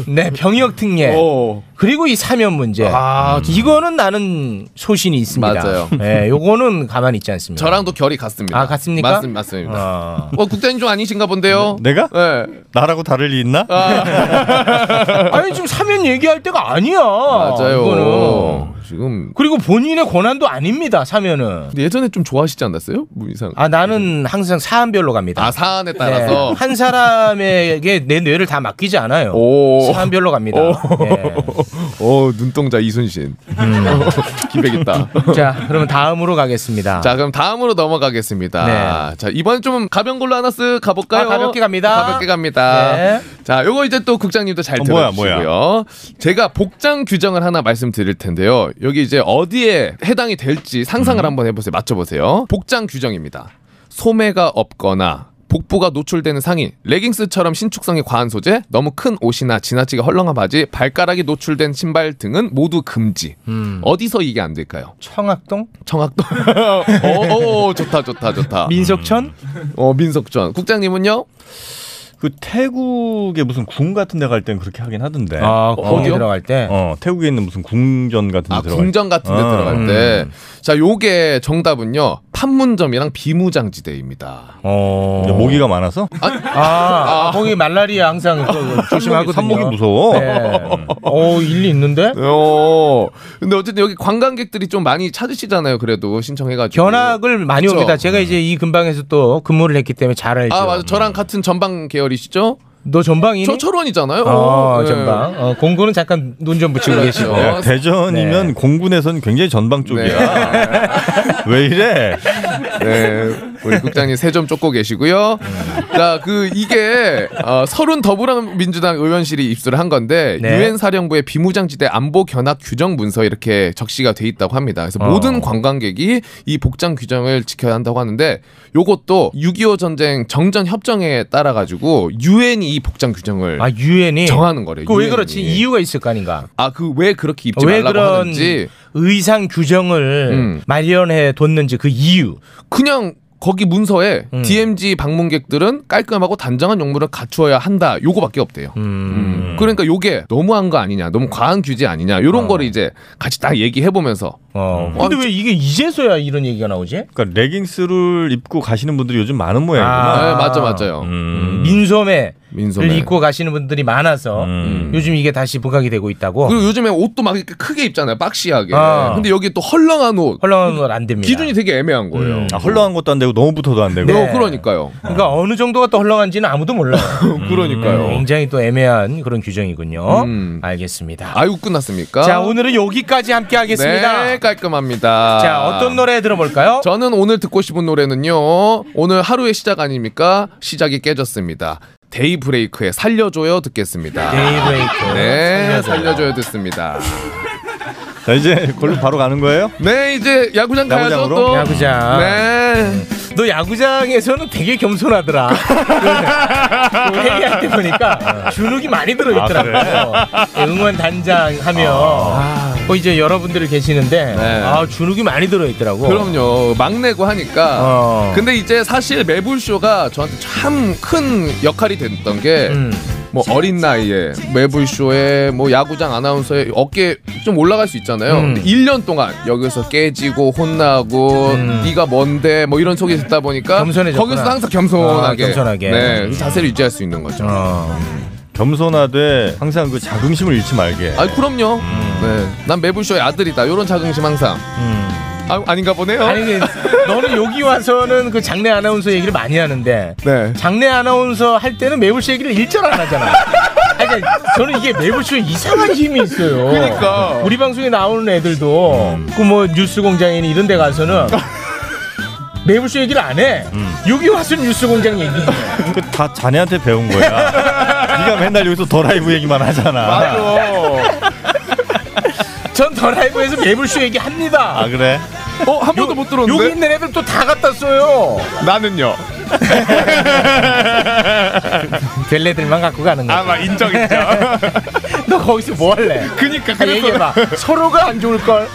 [SPEAKER 4] 네 병역 특례,
[SPEAKER 7] 오.
[SPEAKER 4] 그리고 이 사면 문제. 음. 이거는 나는 소신이 있습니다.
[SPEAKER 7] 아, 맞아요.
[SPEAKER 4] 네, 요거는 가만히 있지 않습니다.
[SPEAKER 7] 네. 저랑도 결이 같습니다.
[SPEAKER 4] 아, 같습니까?
[SPEAKER 7] 맞습, 맞습니다.
[SPEAKER 4] 어.
[SPEAKER 7] 어, 국장님 좀 아니신가 본데요.
[SPEAKER 3] 내가
[SPEAKER 7] 네. 아,
[SPEAKER 3] 나라고 다를 리 있나?
[SPEAKER 4] *laughs* 아, 아니 지금 사면 얘기할 때가 아니야.
[SPEAKER 7] 맞아요.
[SPEAKER 4] 이거는
[SPEAKER 7] 지금
[SPEAKER 4] 그리고 본인의 권한도 아닙니다. 사면은.
[SPEAKER 7] 근데 예전에 좀 좋아하시지 않았어요? 뭐 무이상.
[SPEAKER 4] 아 나는 항상 사안별로 갑니다.
[SPEAKER 7] 아 사안에
[SPEAKER 4] 네.
[SPEAKER 7] 따라서.
[SPEAKER 4] 한 사람에게 내 뇌를 다 맡기지 않아요.
[SPEAKER 7] 오.
[SPEAKER 4] 사안별로 갑니다. 예.
[SPEAKER 7] 오 눈동자 이순신.
[SPEAKER 4] 음.
[SPEAKER 7] *laughs* 기백있다.
[SPEAKER 4] 자, 그러면 다음으로 가겠습니다. 네.
[SPEAKER 7] 자 그럼 다음으로 넘어가겠습니다. 자 이번 좀 가벼운 걸로 하나 쓱 가볼까요?
[SPEAKER 4] 아, 가볍게 갑니다.
[SPEAKER 7] 가볍게 갑니다.
[SPEAKER 4] 네.
[SPEAKER 7] 자 요거 이제 또 국장님도 잘
[SPEAKER 3] 어, 뭐야,
[SPEAKER 7] 들어주시고요. 제가 복장 규정을 하나 말씀드릴 텐데요. 여기 이제 어디에 해당이 될지
[SPEAKER 3] 음.
[SPEAKER 7] 상상을 한번 해보세요. 맞춰보세요. 복장 규정입니다. 소매가 없거나 복부가 노출되는 상의, 레깅스처럼 신축성이 과한 소재, 너무 큰 옷이나 지나치게 헐렁한 바지, 발가락이 노출된 신발 등은 모두 금지.
[SPEAKER 3] 음.
[SPEAKER 7] 어디서 이게 안 될까요?
[SPEAKER 4] 청학동,
[SPEAKER 7] 청학도. 오, 오, 좋다, 좋다, 좋다.
[SPEAKER 4] 민석천,
[SPEAKER 7] 어, 민석전. 국장님은요?
[SPEAKER 3] 그 태국에 무슨 궁 같은 데 갈 땐 그렇게 하긴 하던데.
[SPEAKER 4] 아, 거기
[SPEAKER 7] 네. 어디요?
[SPEAKER 4] 들어갈 때
[SPEAKER 3] 어, 태국에 있는 무슨 궁전 같은 데
[SPEAKER 7] 아,
[SPEAKER 3] 들어갈
[SPEAKER 7] 궁전 같은 데
[SPEAKER 3] 아,
[SPEAKER 7] 들어갈 때. 자, 요게 정답은요. 판문점이랑 비무장지대입니다.
[SPEAKER 3] 어. 모기가 많아서?
[SPEAKER 4] 아, 아, 거기 말라리아 항상 그 조심하고
[SPEAKER 3] 산모기 무서워.
[SPEAKER 4] 어, 일리 있는데?
[SPEAKER 7] 어. 근데 어쨌든 여기 관광객들이 좀 많이 찾으시잖아요. 그래도 신청해가지고.
[SPEAKER 4] 견학을 많이
[SPEAKER 7] 음. 그쵸?
[SPEAKER 4] 옵니다. 제가 이제 이 근방에서 또 근무를 했기 때문에 잘 알죠.
[SPEAKER 7] 아, 맞아. 저랑 같은 전방 계열이시죠?
[SPEAKER 4] 너 음. 전방이니?
[SPEAKER 7] 저 철원이잖아요.
[SPEAKER 4] 어,
[SPEAKER 7] 네.
[SPEAKER 4] 전방. 어, 공군은 잠깐 눈 좀 붙이고 계시고.
[SPEAKER 7] 그렇죠.
[SPEAKER 3] 야, 네. 대전이면
[SPEAKER 4] 네.
[SPEAKER 3] 공군에선 굉장히 전방 쪽이야. 왜 이래?
[SPEAKER 7] 네, 우리 국장님 세 점 쫓고 계시고요.
[SPEAKER 4] 네.
[SPEAKER 7] 자, 그 이게 어, 서른 더불어민주당 의원실이 입수를 한 건데
[SPEAKER 4] 네.
[SPEAKER 7] 유엔 사령부의 비무장지대 안보 견학 규정 문서 이렇게 적시가 돼 있다고 합니다.
[SPEAKER 4] 어.
[SPEAKER 7] 그래서 모든 관광객이 이 복장 규정을 지켜야 한다고 하는데 요것도 6.25 전쟁 정전 협정에 따라 가지고 유엔이 이 복장 규정을
[SPEAKER 4] 아, 유엔이
[SPEAKER 7] 정하는 거래요.
[SPEAKER 4] 그왜
[SPEAKER 7] 유엔이.
[SPEAKER 4] 그렇지? 이유가 있을 거 아닌가?
[SPEAKER 7] 아, 그 왜 그렇게 입지
[SPEAKER 4] 왜
[SPEAKER 7] 말라고
[SPEAKER 4] 그런
[SPEAKER 7] 하는지
[SPEAKER 4] 의상 규정을
[SPEAKER 7] 음.
[SPEAKER 4] 마련해 뒀는지 그 이유.
[SPEAKER 7] 그냥 거기 문서에
[SPEAKER 4] 음.
[SPEAKER 7] DMZ 방문객들은 깔끔하고 단정한 용무를 갖추어야 한다. 요거밖에 없대요. 음. 그러니까 요게 너무한 거 아니냐, 너무 과한 규제 아니냐, 요런 거를 이제 같이 딱 얘기해 보면서 음.
[SPEAKER 4] 어. 근데 왜 이게 이제서야 이런 얘기가 나오지?
[SPEAKER 3] 그러니까 레깅스를 입고 가시는 분들이 요즘 많은 모양이구나.
[SPEAKER 4] 아.
[SPEAKER 7] 네, 맞죠, 맞아요.
[SPEAKER 3] 음.
[SPEAKER 4] 민소매를
[SPEAKER 7] 민소매.
[SPEAKER 4] 입고 가시는 분들이 많아서
[SPEAKER 3] 음.
[SPEAKER 4] 요즘 이게 다시 부각이 되고 있다고.
[SPEAKER 7] 그리고 요즘에 옷도 막 이렇게 크게 입잖아요, 박시하게.
[SPEAKER 4] 아.
[SPEAKER 7] 근데 여기 또 헐렁한 옷
[SPEAKER 4] 헐렁한 건 안 됩니다.
[SPEAKER 7] 기준이 되게 애매한 거예요.
[SPEAKER 4] 음.
[SPEAKER 3] 아, 헐렁한 것도 안 되고 너무 붙어도 안 되고.
[SPEAKER 7] 어,
[SPEAKER 4] 네.
[SPEAKER 7] 그러니까요.
[SPEAKER 4] 그러니까 어느 정도가 또 헐렁한지는 아무도
[SPEAKER 7] *laughs*
[SPEAKER 4] 몰라요.
[SPEAKER 7] 음.
[SPEAKER 4] 음,
[SPEAKER 7] 그러니까요.
[SPEAKER 4] 굉장히 또 애매한 그런 규정이군요.
[SPEAKER 7] 음.
[SPEAKER 4] 알겠습니다.
[SPEAKER 7] 아유 끝났습니까?
[SPEAKER 4] 자, 오늘은 여기까지 함께 하겠습니다.
[SPEAKER 7] 네, 깔끔합니다.
[SPEAKER 4] 자, 어떤 노래 들어볼까요?
[SPEAKER 7] 저는 오늘 듣고 싶은 노래는요. 오늘 하루의 시작 아닙니까? 시작이 깨졌습니다. 데이브레이크의 살려줘요 듣겠습니다.
[SPEAKER 4] 데이브레이크.
[SPEAKER 7] 네, 살려줘요 듣습니다.
[SPEAKER 3] 자, 이제 걸로 바로 가는 거예요?
[SPEAKER 7] 네, 이제 야구장 가야죠
[SPEAKER 3] 야구장으로?
[SPEAKER 7] 또.
[SPEAKER 4] 야구장.
[SPEAKER 7] 네.
[SPEAKER 4] 너 야구장에서는 되게 겸손하더라.
[SPEAKER 7] *laughs*
[SPEAKER 4] 그 회의할 때 보니까 주눅이 많이 들어있더라고요.
[SPEAKER 7] 아,
[SPEAKER 4] 예, 응원 단장 하면 뭐 이제 여러분들이 계시는데
[SPEAKER 7] 네.
[SPEAKER 4] 아 주눅이 많이 들어있더라고.
[SPEAKER 7] 그럼요. 막내고 하니까.
[SPEAKER 4] 어.
[SPEAKER 7] 근데 이제 사실 매불쇼가 저한테 참 큰 역할이 됐던 게
[SPEAKER 4] 음.
[SPEAKER 7] 뭐 어린 나이에 매불쇼에 뭐 야구장 아나운서에 어깨 좀 올라갈 수 있잖아요.
[SPEAKER 4] 음.
[SPEAKER 7] 근데 1년 동안 여기서 깨지고 혼나고 네가 뭔데 뭐 이런 소리 듣다 보니까
[SPEAKER 4] 음. 겸손해졌구나.
[SPEAKER 7] 거기서 항상 겸손하게,
[SPEAKER 4] 아, 겸손하게.
[SPEAKER 7] 네, 그 자세를 유지할 수 있는 거죠.
[SPEAKER 4] 어.
[SPEAKER 3] 겸손하되 항상 그 자긍심을 잃지 말게.
[SPEAKER 7] 아 그럼요.
[SPEAKER 4] 음.
[SPEAKER 7] 네, 난 매불쇼의 아들이다. 이런 자긍심 항상. 아, 아닌가 보네요.
[SPEAKER 4] 아니 근데 너는 여기 와서는 그 장례 아나운서 얘기를 많이 하는데
[SPEAKER 7] 네.
[SPEAKER 4] 장례 아나운서 할 때는 매불쇼 얘기를 일절 안 하잖아. 아니, 그러니까 저는 이게 매불쇼에 이상한 힘이 있어요.
[SPEAKER 7] 그러니까.
[SPEAKER 4] 우리 방송에 나오는 애들도 그 뭐 뉴스공장이니 이런 데 가서는 매불쇼 얘기를 안 해.
[SPEAKER 7] 음.
[SPEAKER 4] 여기 와서 뉴스공장 얘기.
[SPEAKER 3] 그 다 자네한테 배운 거야. 네가 맨날 여기서 더 라이브 얘기만 하잖아.
[SPEAKER 4] 전더 라이브에서 매불쇼 얘기합니다.
[SPEAKER 3] 아, 그래?
[SPEAKER 7] 어, 한 번도 못 들었는데.
[SPEAKER 4] 여기 있는 애들 또 다 갖다 써요.
[SPEAKER 7] 나는요.
[SPEAKER 4] 별내들만 갖고 가는 거야.
[SPEAKER 7] 아마 인정 인정.
[SPEAKER 4] *laughs* 너 거기서 뭐 할래?
[SPEAKER 7] 그니까
[SPEAKER 4] 아, 얘기해봐.
[SPEAKER 7] *laughs*
[SPEAKER 4] 서로가 안 좋을 걸.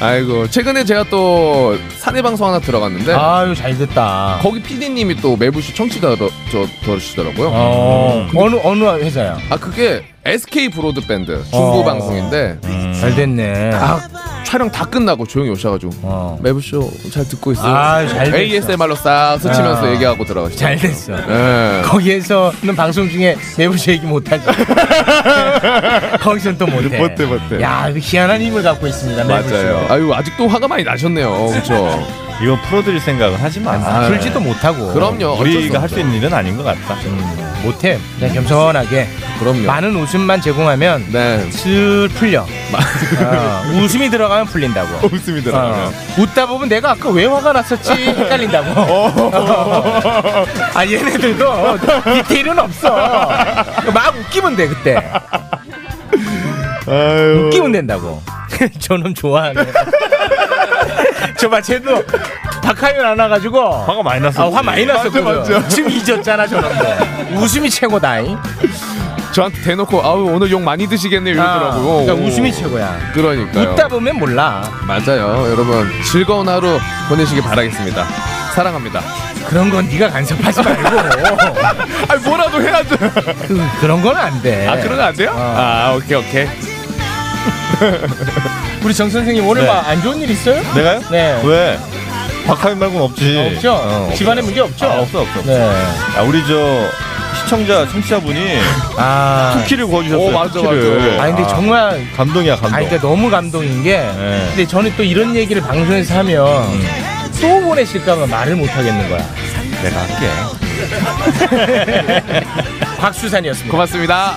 [SPEAKER 7] 아이고 최근에 제가 또 사내 방송 하나 들어갔는데
[SPEAKER 4] 아유 잘 됐다.
[SPEAKER 7] 거기 PD님이 또 매부쇼 청취자로 저 들으시더라고요.
[SPEAKER 4] 어,
[SPEAKER 7] 음.
[SPEAKER 4] 어느 어느 회사야?
[SPEAKER 7] 아 그게 SK 브로드밴드 중부
[SPEAKER 4] 어.
[SPEAKER 7] 방송인데
[SPEAKER 4] 잘 됐네.
[SPEAKER 7] 아 촬영 다 끝나고 조용히 오셔가지고
[SPEAKER 4] 어.
[SPEAKER 7] 매부쇼 잘 듣고 있어요.
[SPEAKER 4] 아, 잘 됐어.
[SPEAKER 7] ASMR로 싹 스치면서
[SPEAKER 4] 아.
[SPEAKER 7] 얘기하고 들어가시죠.
[SPEAKER 4] 잘 됐어.
[SPEAKER 7] 예.
[SPEAKER 4] 거기에서는 방송 중에 내부시 얘기 못하지.
[SPEAKER 7] *laughs*
[SPEAKER 4] 거기선 또 못해.
[SPEAKER 7] 못해, 못해.
[SPEAKER 4] 야, 이거 희한한 힘을 갖고 있습니다. 내부시.
[SPEAKER 7] 맞아요. 아유 아직도 화가 많이 나셨네요. 그렇죠.
[SPEAKER 3] 이거 풀어드릴 생각은 하지 마.
[SPEAKER 4] 아, 풀지도 못하고.
[SPEAKER 7] 그럼요. 어쩔 수
[SPEAKER 3] 우리가 할
[SPEAKER 7] 없죠.
[SPEAKER 3] 수 있는 일은 아닌 것 같다.
[SPEAKER 4] 음.
[SPEAKER 3] 음.
[SPEAKER 4] 못해. 그냥 겸손하게
[SPEAKER 7] 음. 그럼요.
[SPEAKER 4] 많은 웃음만 제공하면
[SPEAKER 7] 네.
[SPEAKER 4] 슬 풀려. 어, 웃음이 들어가면 풀린다고.
[SPEAKER 7] 웃음이
[SPEAKER 3] 아.
[SPEAKER 4] 어, 웃다 보면 내가 아까 왜 화가 났었지 헷갈린다고.
[SPEAKER 7] *laughs*
[SPEAKER 4] 어. 아 얘네들도 디테일은 없어. 막 웃기면 돼 그때. 웃기면 된다고. *laughs* 저놈 좋아하네. *laughs* 저봐 쟤도 박하윤 안 와가지고
[SPEAKER 3] 화가 많이 났어.
[SPEAKER 4] 아, 화 많이 났었거든. 지금 잊었잖아 저놈도. 웃음이 최고다잉.
[SPEAKER 7] 저한테 대놓고 아우 오늘 욕 많이 드시겠네 이러더라고요.
[SPEAKER 4] 아, 그러니까 웃음이 최고야.
[SPEAKER 7] 그러니까요.
[SPEAKER 4] 웃다 보면 몰라.
[SPEAKER 7] 맞아요. 여러분 즐거운 하루 보내시길 바라겠습니다. 사랑합니다.
[SPEAKER 4] 그런 건 네가 간섭하지 말고.
[SPEAKER 7] 아 뭐라도 해야죠.
[SPEAKER 4] 그, 그런 건 안 돼.
[SPEAKER 7] 아 그런 거 안 돼요? 아 오케이 오케이.
[SPEAKER 4] 우리 정 선생님 오늘
[SPEAKER 3] 네.
[SPEAKER 4] 막 안 좋은 일 있어요?
[SPEAKER 3] 내가요?
[SPEAKER 4] 네.
[SPEAKER 3] 왜? 박하윤 말고는 없지.
[SPEAKER 4] 없죠?
[SPEAKER 3] 어, 없-
[SPEAKER 4] 집안에 문제 없죠?
[SPEAKER 3] 아, 없어 없어.
[SPEAKER 4] 네.
[SPEAKER 3] 아, 우리 저 시청자 청취자분이
[SPEAKER 4] 아.
[SPEAKER 3] 쿠키를 구워주셨어요.
[SPEAKER 7] 오, 맞아,
[SPEAKER 3] 쿠키를.
[SPEAKER 7] 맞아.
[SPEAKER 4] 아 근데 정말
[SPEAKER 3] 감동이야 감동.
[SPEAKER 4] 아 그러니까 너무 감동인 게
[SPEAKER 3] 네.
[SPEAKER 4] 근데 저는 또 이런 얘기를 방송에서 하면 또 보내실까 봐 말을 못 하겠는 거야.
[SPEAKER 3] 내가 할게.
[SPEAKER 4] *laughs* 곽수산이었습니다.
[SPEAKER 7] 고맙습니다.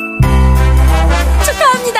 [SPEAKER 8] 축하합니다.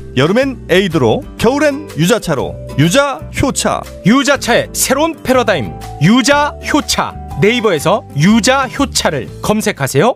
[SPEAKER 3] 여름엔 에이드로, 겨울엔 유자차로. 유자 효차.
[SPEAKER 9] 유자차의 새로운 패러다임 유자 효차 네이버에서 유자 효차를 검색하세요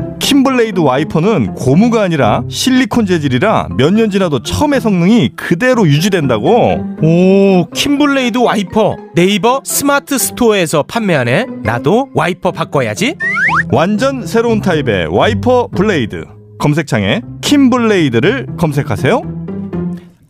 [SPEAKER 3] 킴블레이드 와이퍼는 고무가 아니라 실리콘 재질이라 몇 년 지나도 처음의 성능이 그대로 유지된다고.
[SPEAKER 9] 오 킴블레이드 와이퍼 네이버 스마트 스토어에서 판매하네 나도 와이퍼 바꿔야지
[SPEAKER 3] 완전 새로운 타입의 와이퍼 블레이드 검색창에 킴블레이드를 검색하세요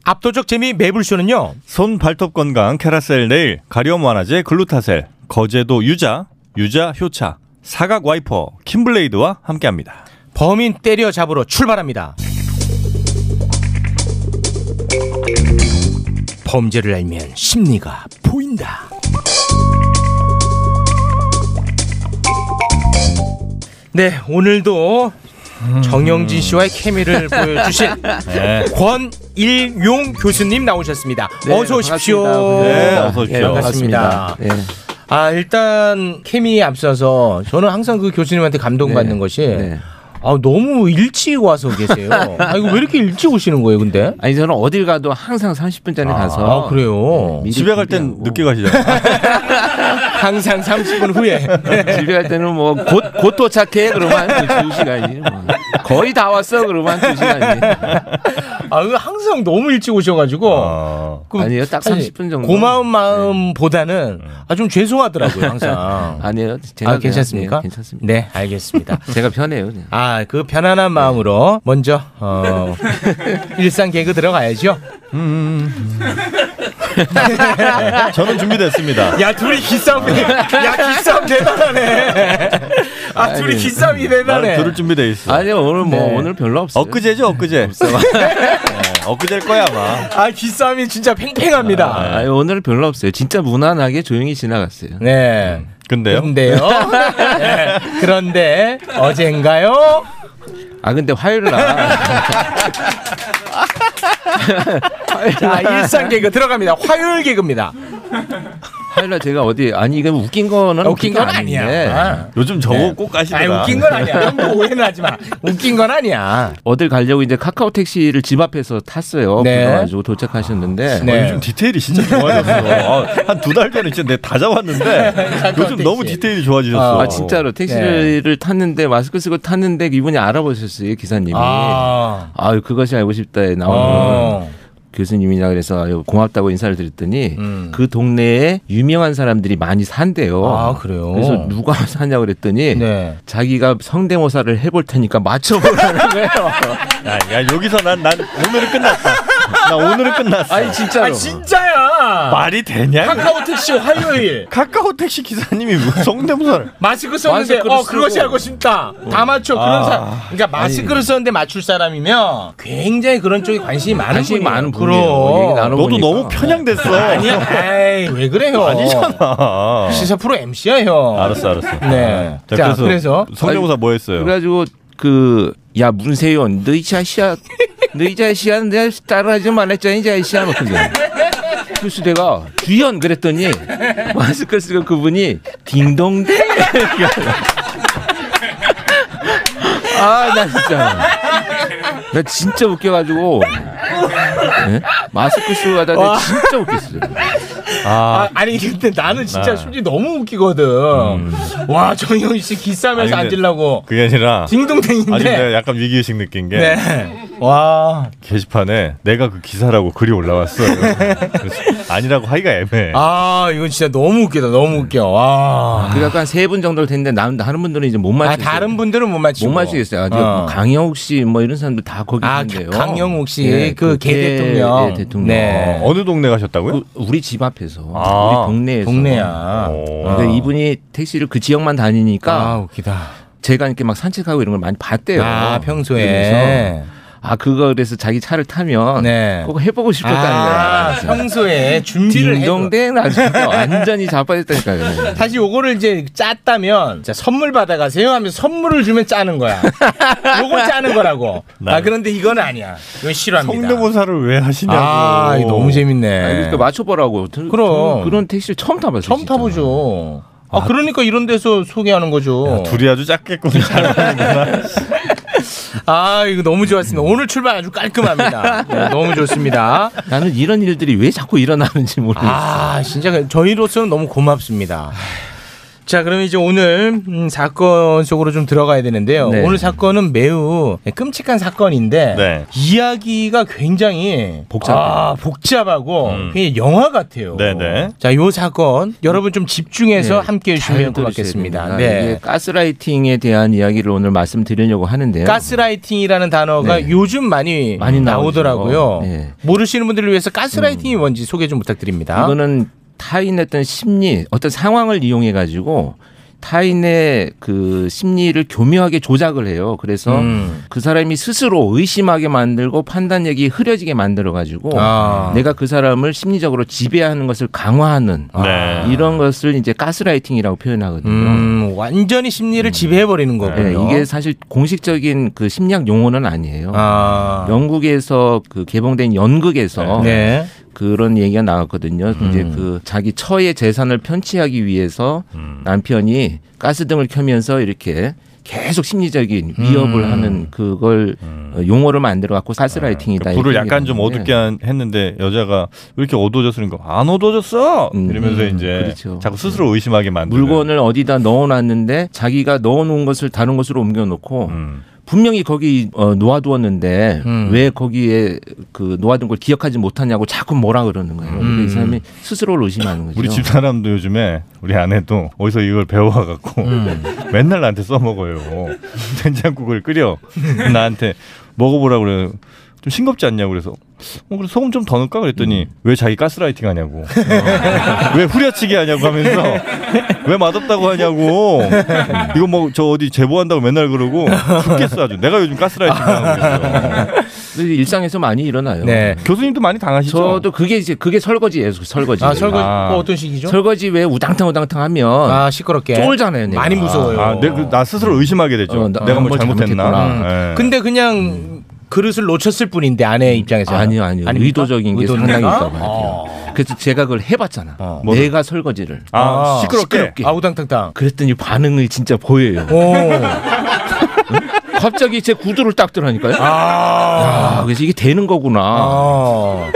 [SPEAKER 9] 압도적 재미 매불쇼는요
[SPEAKER 3] 손 발톱 건강 캐라셀 네일 가려움 완화제 글루타셀 거제도 유자 유자 효차 사각 와이퍼 킴블레이드와 함께합니다
[SPEAKER 9] 범인 때려잡으러 출발합니다 범죄를 알면 심리가 보인다
[SPEAKER 4] 네, 오늘도 정영진 씨와의 케미를 보여주신
[SPEAKER 3] 네,
[SPEAKER 9] 권일용 교수님 나오셨습니다.
[SPEAKER 4] 네,
[SPEAKER 9] 어서 오십시오.
[SPEAKER 4] 반갑습니다.
[SPEAKER 3] 네, 어서 오십시오.
[SPEAKER 9] 예, 반갑습니다. 아 일단 케미에 앞서서 저는 항상 그 교수님한테 감동받는 것이
[SPEAKER 4] 아 너무 일찍 와서 계세요. 아 이거 왜 이렇게 일찍 오시는 거예요, 근데?
[SPEAKER 10] 아니 저는 어딜 가도 항상 30분 전에
[SPEAKER 4] 아,
[SPEAKER 10] 네, 가서
[SPEAKER 4] 아,
[SPEAKER 3] 네.
[SPEAKER 4] 그래요.
[SPEAKER 10] 집에 갈
[SPEAKER 3] 땐 늦게 가시잖아요. *laughs*
[SPEAKER 4] 항상 30분 후에
[SPEAKER 10] 집에 갈 때는 뭐 곧 곧 도착해 그러면 한 2시간이 뭐. 거의 다 왔어 그러면 한 2시간이
[SPEAKER 4] *laughs* 아, 이거 항상 너무 일찍 오셔가지고.
[SPEAKER 3] 아.
[SPEAKER 4] 그
[SPEAKER 10] 아니에요, 딱 30분 정도. 네.
[SPEAKER 4] 고마운 마음보다는 아, 좀 죄송하더라고요,
[SPEAKER 10] *laughs*
[SPEAKER 4] 항상.
[SPEAKER 10] 아니에요. 제가
[SPEAKER 4] 아, 괜찮습니까?
[SPEAKER 10] 그냥, 예, 괜찮습니다.
[SPEAKER 4] 네, 알겠습니다.
[SPEAKER 10] 제가 편해요. 그냥.
[SPEAKER 4] 아, 그 편안한 마음으로 먼저,
[SPEAKER 10] *laughs*
[SPEAKER 4] 어, 일상 개그 들어가야죠.
[SPEAKER 3] 저는 *laughs* 준비됐습니다.
[SPEAKER 4] 야, 둘이 기싸움, 야, 기싸움 대단하네. 아, 둘이 기싸움이
[SPEAKER 3] 나는
[SPEAKER 4] 대단해.
[SPEAKER 3] 들을 준비돼 있어.
[SPEAKER 10] 아니요 오늘 뭐
[SPEAKER 4] 네.
[SPEAKER 10] 오늘 별로 없어요.
[SPEAKER 3] 엊그제죠, 엊그제. *laughs* 어, 엊그제일 거야 아마.
[SPEAKER 4] 아, 기싸움이 진짜 팽팽합니다.
[SPEAKER 10] 아, 오늘 별로 없어요. 진짜 무난하게 조용히 지나갔어요.
[SPEAKER 4] 네.
[SPEAKER 3] 근데요.
[SPEAKER 4] 근데요. *laughs* 네. 그런데 어젠가요?
[SPEAKER 10] 아 근데 화요일
[SPEAKER 4] *laughs*
[SPEAKER 10] 날
[SPEAKER 4] 자, 일상 개그 들어갑니다. 화요일 개그입니다.
[SPEAKER 10] 화요일 날 제가 어디 아니 이건 웃긴 거는
[SPEAKER 4] 어, 웃긴 건
[SPEAKER 10] 아닌데.
[SPEAKER 4] 아니야.
[SPEAKER 3] 요즘 저거 꼭
[SPEAKER 4] 아니
[SPEAKER 3] 가시더라.
[SPEAKER 4] 웃긴 건 아니야. 형도 오해는 하지 마. 웃긴 건 아니야.
[SPEAKER 10] 어딜 가려고 이제 카카오 택시를 집 앞에서 탔어요.
[SPEAKER 4] 네.
[SPEAKER 10] 그래가지고 도착하셨는데
[SPEAKER 4] 네.
[SPEAKER 3] 요즘 디테일이 진짜 좋아졌어. 한 두 달 전에 진짜 내가 다 잡았는데 요즘
[SPEAKER 4] 택시.
[SPEAKER 3] 너무 디테일이 좋아지셨어.
[SPEAKER 10] 아 진짜로 택시를
[SPEAKER 4] 네.
[SPEAKER 10] 탔는데 마스크 쓰고 탔는데 이분이 알아보셨어요 기사님이. 아,
[SPEAKER 4] 아.
[SPEAKER 10] 그것이 알고 싶다에 나오는
[SPEAKER 4] 어.
[SPEAKER 10] 교수님이냐 그래서 아유, 고맙다고 인사를 드렸더니
[SPEAKER 4] 음.
[SPEAKER 10] 그 동네에 유명한 사람들이 많이 산대요.
[SPEAKER 4] 아, 그래요?
[SPEAKER 10] 그래서 누가 *laughs* 사냐 그랬더니
[SPEAKER 4] 네.
[SPEAKER 10] 자기가 성대모사를 해볼 테니까 맞춰보라는 거예요.
[SPEAKER 3] 야, 야, 여기서 난 난 오늘은 끝났다. 나 오늘은 끝났어.
[SPEAKER 10] 아니 진짜로.
[SPEAKER 4] 아 진짜야.
[SPEAKER 3] 말이 되냐?
[SPEAKER 4] 카카오 택시 화요일
[SPEAKER 3] 카카오 택시 기사님이 무슨
[SPEAKER 4] *laughs*
[SPEAKER 3] 성대모사를
[SPEAKER 4] 마스크 썼는데
[SPEAKER 10] 마스크를
[SPEAKER 4] 어
[SPEAKER 10] 쓰고.
[SPEAKER 4] 그것이 알고 싶다 다 맞춰 그런
[SPEAKER 3] 아.
[SPEAKER 4] 사람 그러니까 마스크를 썼는데 맞출 사람이면 굉장히 그런 쪽에 관심이 많은
[SPEAKER 10] 관심이
[SPEAKER 4] 분이에요.
[SPEAKER 10] 많은
[SPEAKER 4] 그럼.
[SPEAKER 10] 분이에요. 얘기 나눠-
[SPEAKER 3] 너도
[SPEAKER 10] 보니까.
[SPEAKER 3] 너무 편향됐어.
[SPEAKER 4] 아니야 에이, 왜 그래요
[SPEAKER 3] 아니잖아.
[SPEAKER 4] 시사 프로 MC야 형
[SPEAKER 3] 알았어, 알았어.
[SPEAKER 4] 네.
[SPEAKER 3] 자,
[SPEAKER 4] 자,
[SPEAKER 3] 그래서,
[SPEAKER 4] 그래서
[SPEAKER 3] 성대모사 뭐 했어요?
[SPEAKER 10] 그래가지고 그 야 문세윤 너이 자식아 너이 자식아 내가 따라하지 말랬잖아 이 자식아 막 근데 그래서 내가 주연 그랬더니 마스크 쓰고 그분이 딩동댕 *laughs* 아 나 진짜 나 진짜 웃겨가지고 네? 마스크 쓰고 가다 내가 진짜 웃겼어요
[SPEAKER 4] 아, 아니 근데 나는 진짜
[SPEAKER 3] 아.
[SPEAKER 4] 솔직히 너무 웃기거든. 와 정영 씨 기싸면서
[SPEAKER 3] 아니, 근데-
[SPEAKER 4] 앉으려고
[SPEAKER 3] 그게 아니라
[SPEAKER 4] 딩동댕인데.
[SPEAKER 3] 아니 내가 약간 위기의식 느낀 게
[SPEAKER 4] 네. 와.
[SPEAKER 3] 게시판에 내가 그 기사라고 글이 올라왔어. 그래서 아니라고 하기가 애매해.
[SPEAKER 4] 아 이건 진짜 너무 웃기다. 너무 웃겨. 와.
[SPEAKER 10] 아, 그래서 약간 세 분 정도 됐는데 남 다른 분들은 이제 못
[SPEAKER 4] 아
[SPEAKER 10] 맞추겠어요
[SPEAKER 4] 다른 분들은 못 맞추고.
[SPEAKER 10] 못 맞추겠어요. 아,
[SPEAKER 4] 어.
[SPEAKER 10] 뭐 강영욱 씨 뭐 이런 사람들 다 거기
[SPEAKER 4] 아,
[SPEAKER 10] 있는데요.
[SPEAKER 4] 강영욱 씨,
[SPEAKER 10] 예,
[SPEAKER 4] 그 개 대통령.
[SPEAKER 10] 예, 대통령.
[SPEAKER 4] 네.
[SPEAKER 3] 어느 동네 가셨다고요?
[SPEAKER 10] 우- 우리 집 앞에서
[SPEAKER 3] 아,
[SPEAKER 10] 우리 동네에서 어.
[SPEAKER 4] 동네야. 어.
[SPEAKER 3] 오.
[SPEAKER 10] 근데 이분이 택시를 그 지역만 다니니까
[SPEAKER 4] 아 웃기다.
[SPEAKER 10] 제가 이렇게 막 산책하고 이런 걸 많이 봤대요.
[SPEAKER 4] 아
[SPEAKER 10] 그래서
[SPEAKER 4] 평소에.
[SPEAKER 10] 아 그거 그래서 자기 차를 타면
[SPEAKER 4] 네.
[SPEAKER 10] 그거 해보고
[SPEAKER 4] 아,
[SPEAKER 10] 싶었다는 거야.
[SPEAKER 4] 평소에 준비를 해. *laughs*
[SPEAKER 10] 딩동댕 아주 완전히 자빠졌다니까요.
[SPEAKER 4] 사실 요거를 이제 짰다면 자, 선물 받아가세요 하면 선물을 주면 짜는 거야. 요걸 짜는 거라고. 아 그런데 이건 아니야. 이건 싫어합니다.
[SPEAKER 3] 성대모사를 왜 하시냐고.
[SPEAKER 4] 아, 이거 너무 재밌네.
[SPEAKER 10] 아니, 그러니까 맞춰보라고. 저-
[SPEAKER 4] 그럼.
[SPEAKER 10] 저는 그런 택시를 처음 타봤어요.
[SPEAKER 4] 처음
[SPEAKER 10] 진짜.
[SPEAKER 4] 타보죠. 아, 그러니까 이런 데서 소개하는 거죠.
[SPEAKER 3] 둘이 아주 짝겠구나.
[SPEAKER 4] 아, 이거 너무 좋았습니다. 오늘 출발 아주 깔끔합니다. 네, 너무 좋습니다.
[SPEAKER 10] 나는 이런 일들이 왜 자꾸 일어나는지 모르겠어.
[SPEAKER 4] 아, 진짜 저희로서는 너무 고맙습니다. 자, 그럼 이제 오늘 음, 사건 속으로 좀 들어가야 되는데요.
[SPEAKER 10] 네.
[SPEAKER 4] 오늘 사건은 매우 끔찍한 사건인데
[SPEAKER 3] 네.
[SPEAKER 4] 이야기가 굉장히
[SPEAKER 10] 복잡해요.
[SPEAKER 4] 아, 복잡하고
[SPEAKER 10] 음.
[SPEAKER 4] 굉장히 영화 같아요.
[SPEAKER 3] 네네.
[SPEAKER 4] 자, 요 사건 여러분 좀 집중해서
[SPEAKER 10] 네,
[SPEAKER 4] 함께 해
[SPEAKER 10] 잘
[SPEAKER 4] 주시면
[SPEAKER 10] 들으셔야
[SPEAKER 4] 고맙겠습니다.
[SPEAKER 10] 됩니다.
[SPEAKER 4] 네.
[SPEAKER 10] 이게 가스라이팅에 대한 이야기를 오늘 말씀드리려고 하는데요.
[SPEAKER 4] 가스라이팅이라는 단어가
[SPEAKER 10] 네.
[SPEAKER 4] 요즘 많이,
[SPEAKER 10] 많이 나오죠.
[SPEAKER 4] 나오더라고요.
[SPEAKER 10] 네. 음.
[SPEAKER 4] 모르시는 분들을 위해서 가스라이팅이 뭔지 소개 좀 부탁드립니다.
[SPEAKER 10] 이거는 타인의 어떤 심리, 어떤 상황을 이용해 가지고 타인의 그 심리를 교묘하게 조작을 해요. 그래서
[SPEAKER 4] 음.
[SPEAKER 10] 그 사람이 스스로 의심하게 만들고 판단력이 흐려지게 만들어 가지고
[SPEAKER 4] 아.
[SPEAKER 10] 내가 그 사람을 심리적으로 지배하는 것을 강화하는
[SPEAKER 3] 네.
[SPEAKER 10] 이런 것을 이제 가스라이팅이라고 표현하거든요.
[SPEAKER 4] 아. 음, 완전히 심리를 지배해 버리는
[SPEAKER 10] 네,
[SPEAKER 4] 거군요.
[SPEAKER 10] 이게 사실 공식적인 그 심리학 용어는 아니에요.
[SPEAKER 4] 아.
[SPEAKER 10] 영국에서 그 개봉된 연극에서
[SPEAKER 4] 네.
[SPEAKER 10] 그런 얘기가 나왔거든요.
[SPEAKER 3] 음.
[SPEAKER 10] 이제 그 자기
[SPEAKER 3] 음.
[SPEAKER 10] 처의 재산을 편취하기 위해서 남편이 가스등을 켜면서 이렇게 계속 심리적인 위협을
[SPEAKER 3] 음.
[SPEAKER 10] 하는 그걸 어, 용어를 만들어 갖고 가스라이팅이다.
[SPEAKER 3] 아, 그러니까 불을
[SPEAKER 10] 이렇게
[SPEAKER 3] 약간 좀
[SPEAKER 10] 얘기하는데
[SPEAKER 3] 어둡게 한- 했는데 여자가 왜 이렇게 어두워졌어? 그러니까 안 어두워졌어. 이러면서
[SPEAKER 10] 음,
[SPEAKER 3] 이제
[SPEAKER 10] 그렇죠.
[SPEAKER 3] 자꾸 스스로 의심하게 만드는.
[SPEAKER 10] 물건을 어디다 넣어놨는데 자기가 넣어놓은 것을 다른 곳으로 옮겨놓고 분명히 거기 어, 놓아두었는데
[SPEAKER 3] 음.
[SPEAKER 10] 왜 거기에 그 놓아둔 걸 기억하지 못하냐고 자꾸 뭐라 그러는 거예요.
[SPEAKER 3] 음.
[SPEAKER 10] 이 사람이 스스로를 의심하는 거죠.
[SPEAKER 3] 우리 집 사람도 요즘에 우리 아내도 어디서 이걸 배워갖고 *laughs* 맨날 나한테 써먹어요. 된장국을 끓여 나한테 먹어보라 그래. 좀 싱겁지 않냐 고 그래서 어, 그래 소금 좀 더 넣을까 그랬더니 왜 자기 가스라이팅 하냐고 *laughs* 왜 후려치기 하냐고 하면서 왜 맛없다고 하냐고 이거 뭐 저 어디 제보한다고 맨날 그러고 죽겠어 아주 내가 요즘 가스라이팅 하고
[SPEAKER 10] 근데 이제 일상에서 많이 일어나요.
[SPEAKER 3] 네. 교수님도 많이 당하시죠?
[SPEAKER 10] 저도 그게 이제 그게 설거지예요. 설거지.
[SPEAKER 4] 아, 설거지. 그거 어떤 식이죠?
[SPEAKER 10] 설거지 왜 우당탕 우당탕 하면 아
[SPEAKER 4] 시끄럽게
[SPEAKER 10] 쫄잖아요. 네. 내가.
[SPEAKER 4] 많이 무서워요.
[SPEAKER 3] 아, 내, 그, 나 스스로 의심하게 되죠
[SPEAKER 10] 어, 나-
[SPEAKER 3] 내가 뭘
[SPEAKER 10] 뭘
[SPEAKER 3] 잘못했나
[SPEAKER 10] 잘못했구나.
[SPEAKER 3] 예.
[SPEAKER 4] 근데 그냥 그릇을 놓쳤을 뿐인데 아내 입장에서
[SPEAKER 10] 음. 아니요, 아니요. 의도적인 게 상당히 있다고 봐야 돼요. 그래서 제가 그걸 해봤잖아.
[SPEAKER 4] 뭐를?
[SPEAKER 10] 내가 설거지를. 어,
[SPEAKER 4] 아, 시끄럽게?
[SPEAKER 10] 아우당탕탕. 그랬더니 반응이 진짜 보여요. 갑자기 제 구두를 딱 들으니까요.
[SPEAKER 3] 아.
[SPEAKER 10] 야, 그래서 이게 되는 거구나.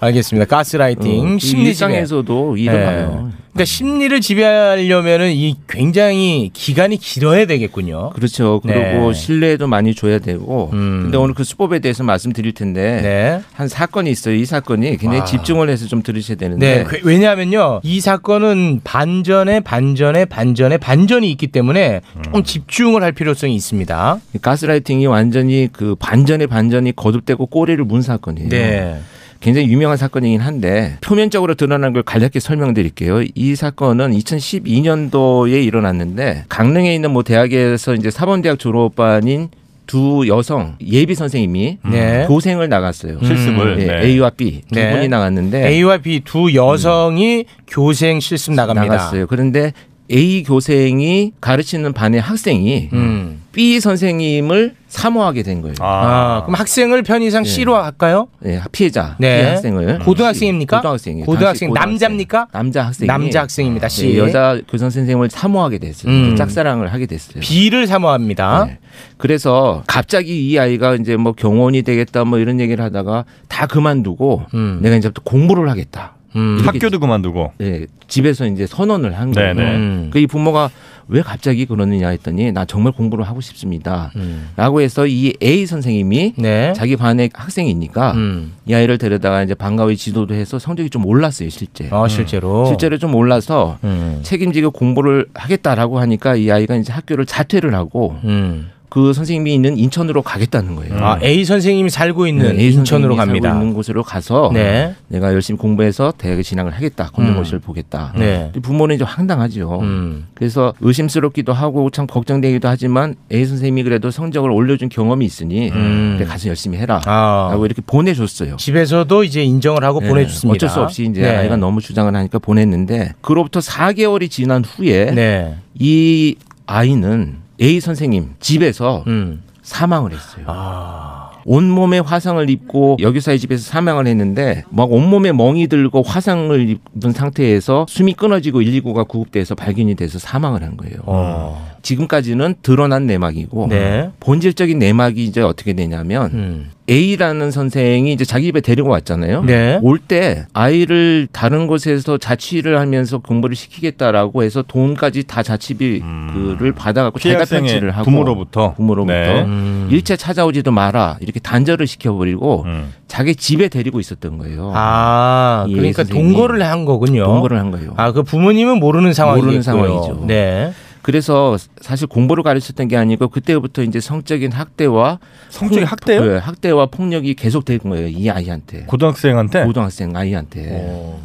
[SPEAKER 4] 알겠습니다. 가스라이팅,
[SPEAKER 10] 어,
[SPEAKER 4] 아, 심리 지배. 네.
[SPEAKER 10] 일상에서도 일어나요.
[SPEAKER 4] 그러니까 심리를 지배하려면은 이 굉장히 기간이 길어야 되겠군요.
[SPEAKER 10] 그렇죠. 그리고
[SPEAKER 4] 네. 음.
[SPEAKER 10] 신뢰도 많이 줘야 되고. 근데 오늘 그 수법에 대해서 말씀드릴 텐데
[SPEAKER 4] 네.
[SPEAKER 10] 한 사건이 있어요. 이 사건이 굉장히
[SPEAKER 4] 와.
[SPEAKER 10] 집중을 해서 좀 들으셔야
[SPEAKER 4] 아. 네,
[SPEAKER 10] 되는데.
[SPEAKER 4] 그- 왜냐하면요 이 사건은 반전에 반전에 반전에 반전이 있기 때문에
[SPEAKER 10] 음.
[SPEAKER 4] 조금 집중을 할 필요성이 있습니다.
[SPEAKER 10] 가스라이팅이 완전히 그 반전의 반전이 거듭되고 꼬리를 문 사건이에요.
[SPEAKER 4] 네.
[SPEAKER 10] 굉장히 유명한 사건이긴 한데 표면적으로 드러난 걸 간략히 설명드릴게요. 이 사건은 2012년도에 일어났는데 강릉에 있는 뭐 대학에서 이제 사범대학 졸업반인 두 여성 예비 선생님이
[SPEAKER 4] 네.
[SPEAKER 10] 교생을 나갔어요.
[SPEAKER 4] 실습을,
[SPEAKER 10] 예,
[SPEAKER 4] 네.
[SPEAKER 10] A와 B 두
[SPEAKER 4] 네.
[SPEAKER 10] 분이 나갔는데
[SPEAKER 4] A와 B 두 여성이 교생 실습 나갑니다.
[SPEAKER 10] 음. 나갔어요. 그런데 A 교생이 가르치는 반의 학생이
[SPEAKER 4] 음.
[SPEAKER 10] B 선생님을 사모하게 된 거예요.
[SPEAKER 4] 아, 그럼 학생을 편의상
[SPEAKER 10] 네.
[SPEAKER 4] C로 할까요?
[SPEAKER 10] 네, 피해자,
[SPEAKER 4] 네.
[SPEAKER 10] 피해 학생을
[SPEAKER 4] 고등학생입니까?
[SPEAKER 10] 고등학생이에요.
[SPEAKER 4] 고등학생,
[SPEAKER 10] 당시
[SPEAKER 4] 남자입니까?
[SPEAKER 10] 남자 학생이
[SPEAKER 4] 남자 학생입니다. C.
[SPEAKER 10] 네, 여자 교장 선생님을 사모하게 됐어요.
[SPEAKER 4] 음.
[SPEAKER 10] 짝사랑을 하게 됐어요.
[SPEAKER 4] B를 사모합니다.
[SPEAKER 10] 네. 그래서 갑자기 이 아이가 이제 뭐 경호원이 되겠다 뭐 이런 얘기를 하다가 다 그만두고 내가 이제 또 공부를 하겠다. 이렇게
[SPEAKER 3] 학교도 그만두고
[SPEAKER 10] 네, 집에서 이제 선언을 한 거예요.
[SPEAKER 3] 네네. 음.
[SPEAKER 10] 그 이 부모가 왜 갑자기 그러느냐 했더니 나 정말 공부를 하고 싶습니다. 라고 해서 이 A 선생님이
[SPEAKER 4] 네.
[SPEAKER 10] 자기 반의 학생이니까
[SPEAKER 4] 음.
[SPEAKER 10] 이 아이를 데려다가 이제 방과후에 지도도 해서 성적이 좀 올랐어요, 실제.
[SPEAKER 4] 아, 실제로?
[SPEAKER 10] 음.
[SPEAKER 4] 음.
[SPEAKER 10] 실제로 좀 올라서 책임지고 공부를 하겠다라고 하니까 이 아이가 이제 학교를 자퇴를 하고
[SPEAKER 4] 음.
[SPEAKER 10] 그 선생님이 있는 인천으로 가겠다는 거예요.
[SPEAKER 4] 아, A 선생님이 살고 있는
[SPEAKER 10] 음. 네, A
[SPEAKER 4] 인천으로
[SPEAKER 10] 선생님이
[SPEAKER 4] 갑니다.
[SPEAKER 10] 살고 있는 곳으로 가서
[SPEAKER 4] 네.
[SPEAKER 10] 내가 열심히 공부해서 대학에 진학을 하겠다. 검정고시를 보겠다.
[SPEAKER 4] 네. 음.
[SPEAKER 10] 근데 부모는 좀 황당하죠. 그래서 의심스럽기도 하고 참 걱정되기도 하지만 A 선생님이 그래도 성적을 올려준 경험이 있으니
[SPEAKER 4] 음.
[SPEAKER 10] 그래 가서 열심히 해라.
[SPEAKER 4] 아.
[SPEAKER 10] 라고 이렇게 보내줬어요.
[SPEAKER 4] 집에서도 이제 인정을 하고
[SPEAKER 10] 네,
[SPEAKER 4] 보내줬습니다.
[SPEAKER 10] 어쩔 수 없이 이제
[SPEAKER 4] 네.
[SPEAKER 10] 아이가 너무 주장을 하니까 보냈는데 그로부터 4개월이 지난 후에
[SPEAKER 4] 네.
[SPEAKER 10] 이 아이는 A 선생님 집에서
[SPEAKER 4] 음.
[SPEAKER 10] 사망을 했어요.
[SPEAKER 3] 아.
[SPEAKER 10] 온몸에 화상을 입고 여교사의 집에서 사망을 했는데 막 온몸에 멍이 들고 화상을 입은 상태에서 숨이 끊어지고 119가 구급돼서 발견이 돼서 사망을 한 거예요.
[SPEAKER 3] 어.
[SPEAKER 10] 지금까지는 드러난 내막이고
[SPEAKER 4] 네.
[SPEAKER 10] 본질적인 내막이 이제 어떻게 되냐면
[SPEAKER 3] 음.
[SPEAKER 10] A라는 선생이 이제 자기 집에 데리고 왔잖아요.
[SPEAKER 4] 네.
[SPEAKER 10] 올 때 아이를 다른 곳에서 자취를 하면서 공부를 시키겠다라고 해서 돈까지 다 자취비를 받아갖고
[SPEAKER 3] 피해
[SPEAKER 10] 자기가
[SPEAKER 3] 학생의
[SPEAKER 10] 편지를
[SPEAKER 3] 음.
[SPEAKER 10] 하고
[SPEAKER 3] 부모로부터?
[SPEAKER 10] 부모로부터 음.
[SPEAKER 3] 네.
[SPEAKER 4] 음.
[SPEAKER 10] 일체 찾아오지도 마라 이렇게 단절을 시켜버리고 자기 집에 데리고 있었던 거예요.
[SPEAKER 4] 음. 아,
[SPEAKER 10] 예,
[SPEAKER 4] 그러니까
[SPEAKER 10] 어. 선생님이.
[SPEAKER 4] 동거를 한 거군요.
[SPEAKER 10] 동거를 한 거예요.
[SPEAKER 4] 아, 그 부모님은 모르는 상황이죠.
[SPEAKER 10] 모르는 상황이죠.
[SPEAKER 4] 네.
[SPEAKER 10] 그래서 사실 공부를 가르쳤던 게 아니고 그때부터 이제 성적인 학대와
[SPEAKER 3] 성적인
[SPEAKER 10] 폭-
[SPEAKER 3] 학대요?
[SPEAKER 10] 네, 학대와 폭력이 계속 된 거예요. 이 아이한테.
[SPEAKER 4] 네.
[SPEAKER 3] 고등학생한테
[SPEAKER 10] 고등학생 아이한테.
[SPEAKER 4] 어.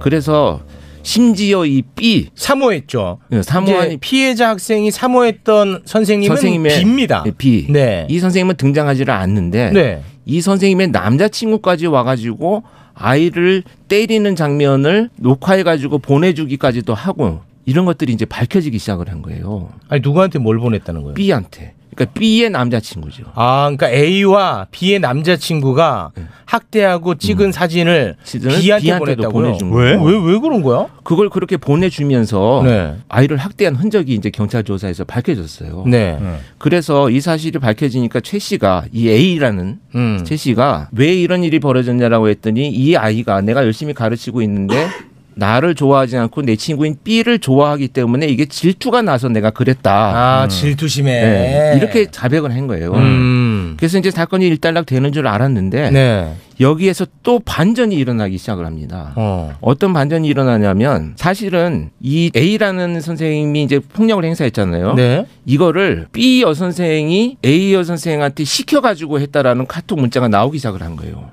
[SPEAKER 10] 그래서 심지어 이 B
[SPEAKER 4] 사모했죠.
[SPEAKER 10] 네,
[SPEAKER 4] 이제
[SPEAKER 10] 사모한
[SPEAKER 4] 피해자 학생이 사모했던 선생님은
[SPEAKER 10] 선생님의
[SPEAKER 4] 빕니다.
[SPEAKER 10] 네, B. 예.
[SPEAKER 4] 네.
[SPEAKER 10] 이 선생님은 등장하지를 않는데
[SPEAKER 4] 네.
[SPEAKER 10] 이 선생님의 남자친구까지 와가지고 아이를 때리는 장면을 녹화해가지고 보내주기까지도 하고 이런 것들이 이제 밝혀지기 시작을 한 거예요.
[SPEAKER 4] 아니 누구한테 뭘 보냈다는 거예요?
[SPEAKER 10] B한테. 그러니까 B의 남자친구죠.
[SPEAKER 4] 아, 그러니까 A와 B의 남자친구가
[SPEAKER 10] 네.
[SPEAKER 4] 학대하고 찍은
[SPEAKER 10] 음.
[SPEAKER 4] 사진을 B한테, 보냈다고요? 왜? 그런 거야?
[SPEAKER 10] 그걸 그렇게 보내주면서
[SPEAKER 4] 네.
[SPEAKER 10] 아이를 학대한 흔적이 이제 경찰 조사에서 밝혀졌어요.
[SPEAKER 4] 네.
[SPEAKER 10] 그래서 이 사실이 밝혀지니까 최 씨가 이 A라는
[SPEAKER 4] 음.
[SPEAKER 10] 최 씨가 왜 이런 일이 벌어졌냐라고 했더니 이 아이가 내가 열심히 가르치고 있는데 나를 좋아하지 않고 내 친구인 B를 좋아하기 때문에 이게 질투가 나서 내가 그랬다.
[SPEAKER 4] 아, 질투심에.
[SPEAKER 10] 음. 네. 이렇게 자백을 한 거예요.
[SPEAKER 4] 음.
[SPEAKER 10] 그래서 이제 사건이 일단락 되는 줄 알았는데
[SPEAKER 4] 네.
[SPEAKER 10] 여기에서 또 반전이 일어나기 시작을 합니다.
[SPEAKER 4] 어.
[SPEAKER 10] 어떤 반전이 일어나냐면 사실은 이 A라는 선생님이 이제 폭력을 행사했잖아요.
[SPEAKER 4] 네.
[SPEAKER 10] 이거를 B 여 선생이 A 여 선생한테 시켜가지고 했다라는 카톡 문자가 나오기 시작을 한 거예요.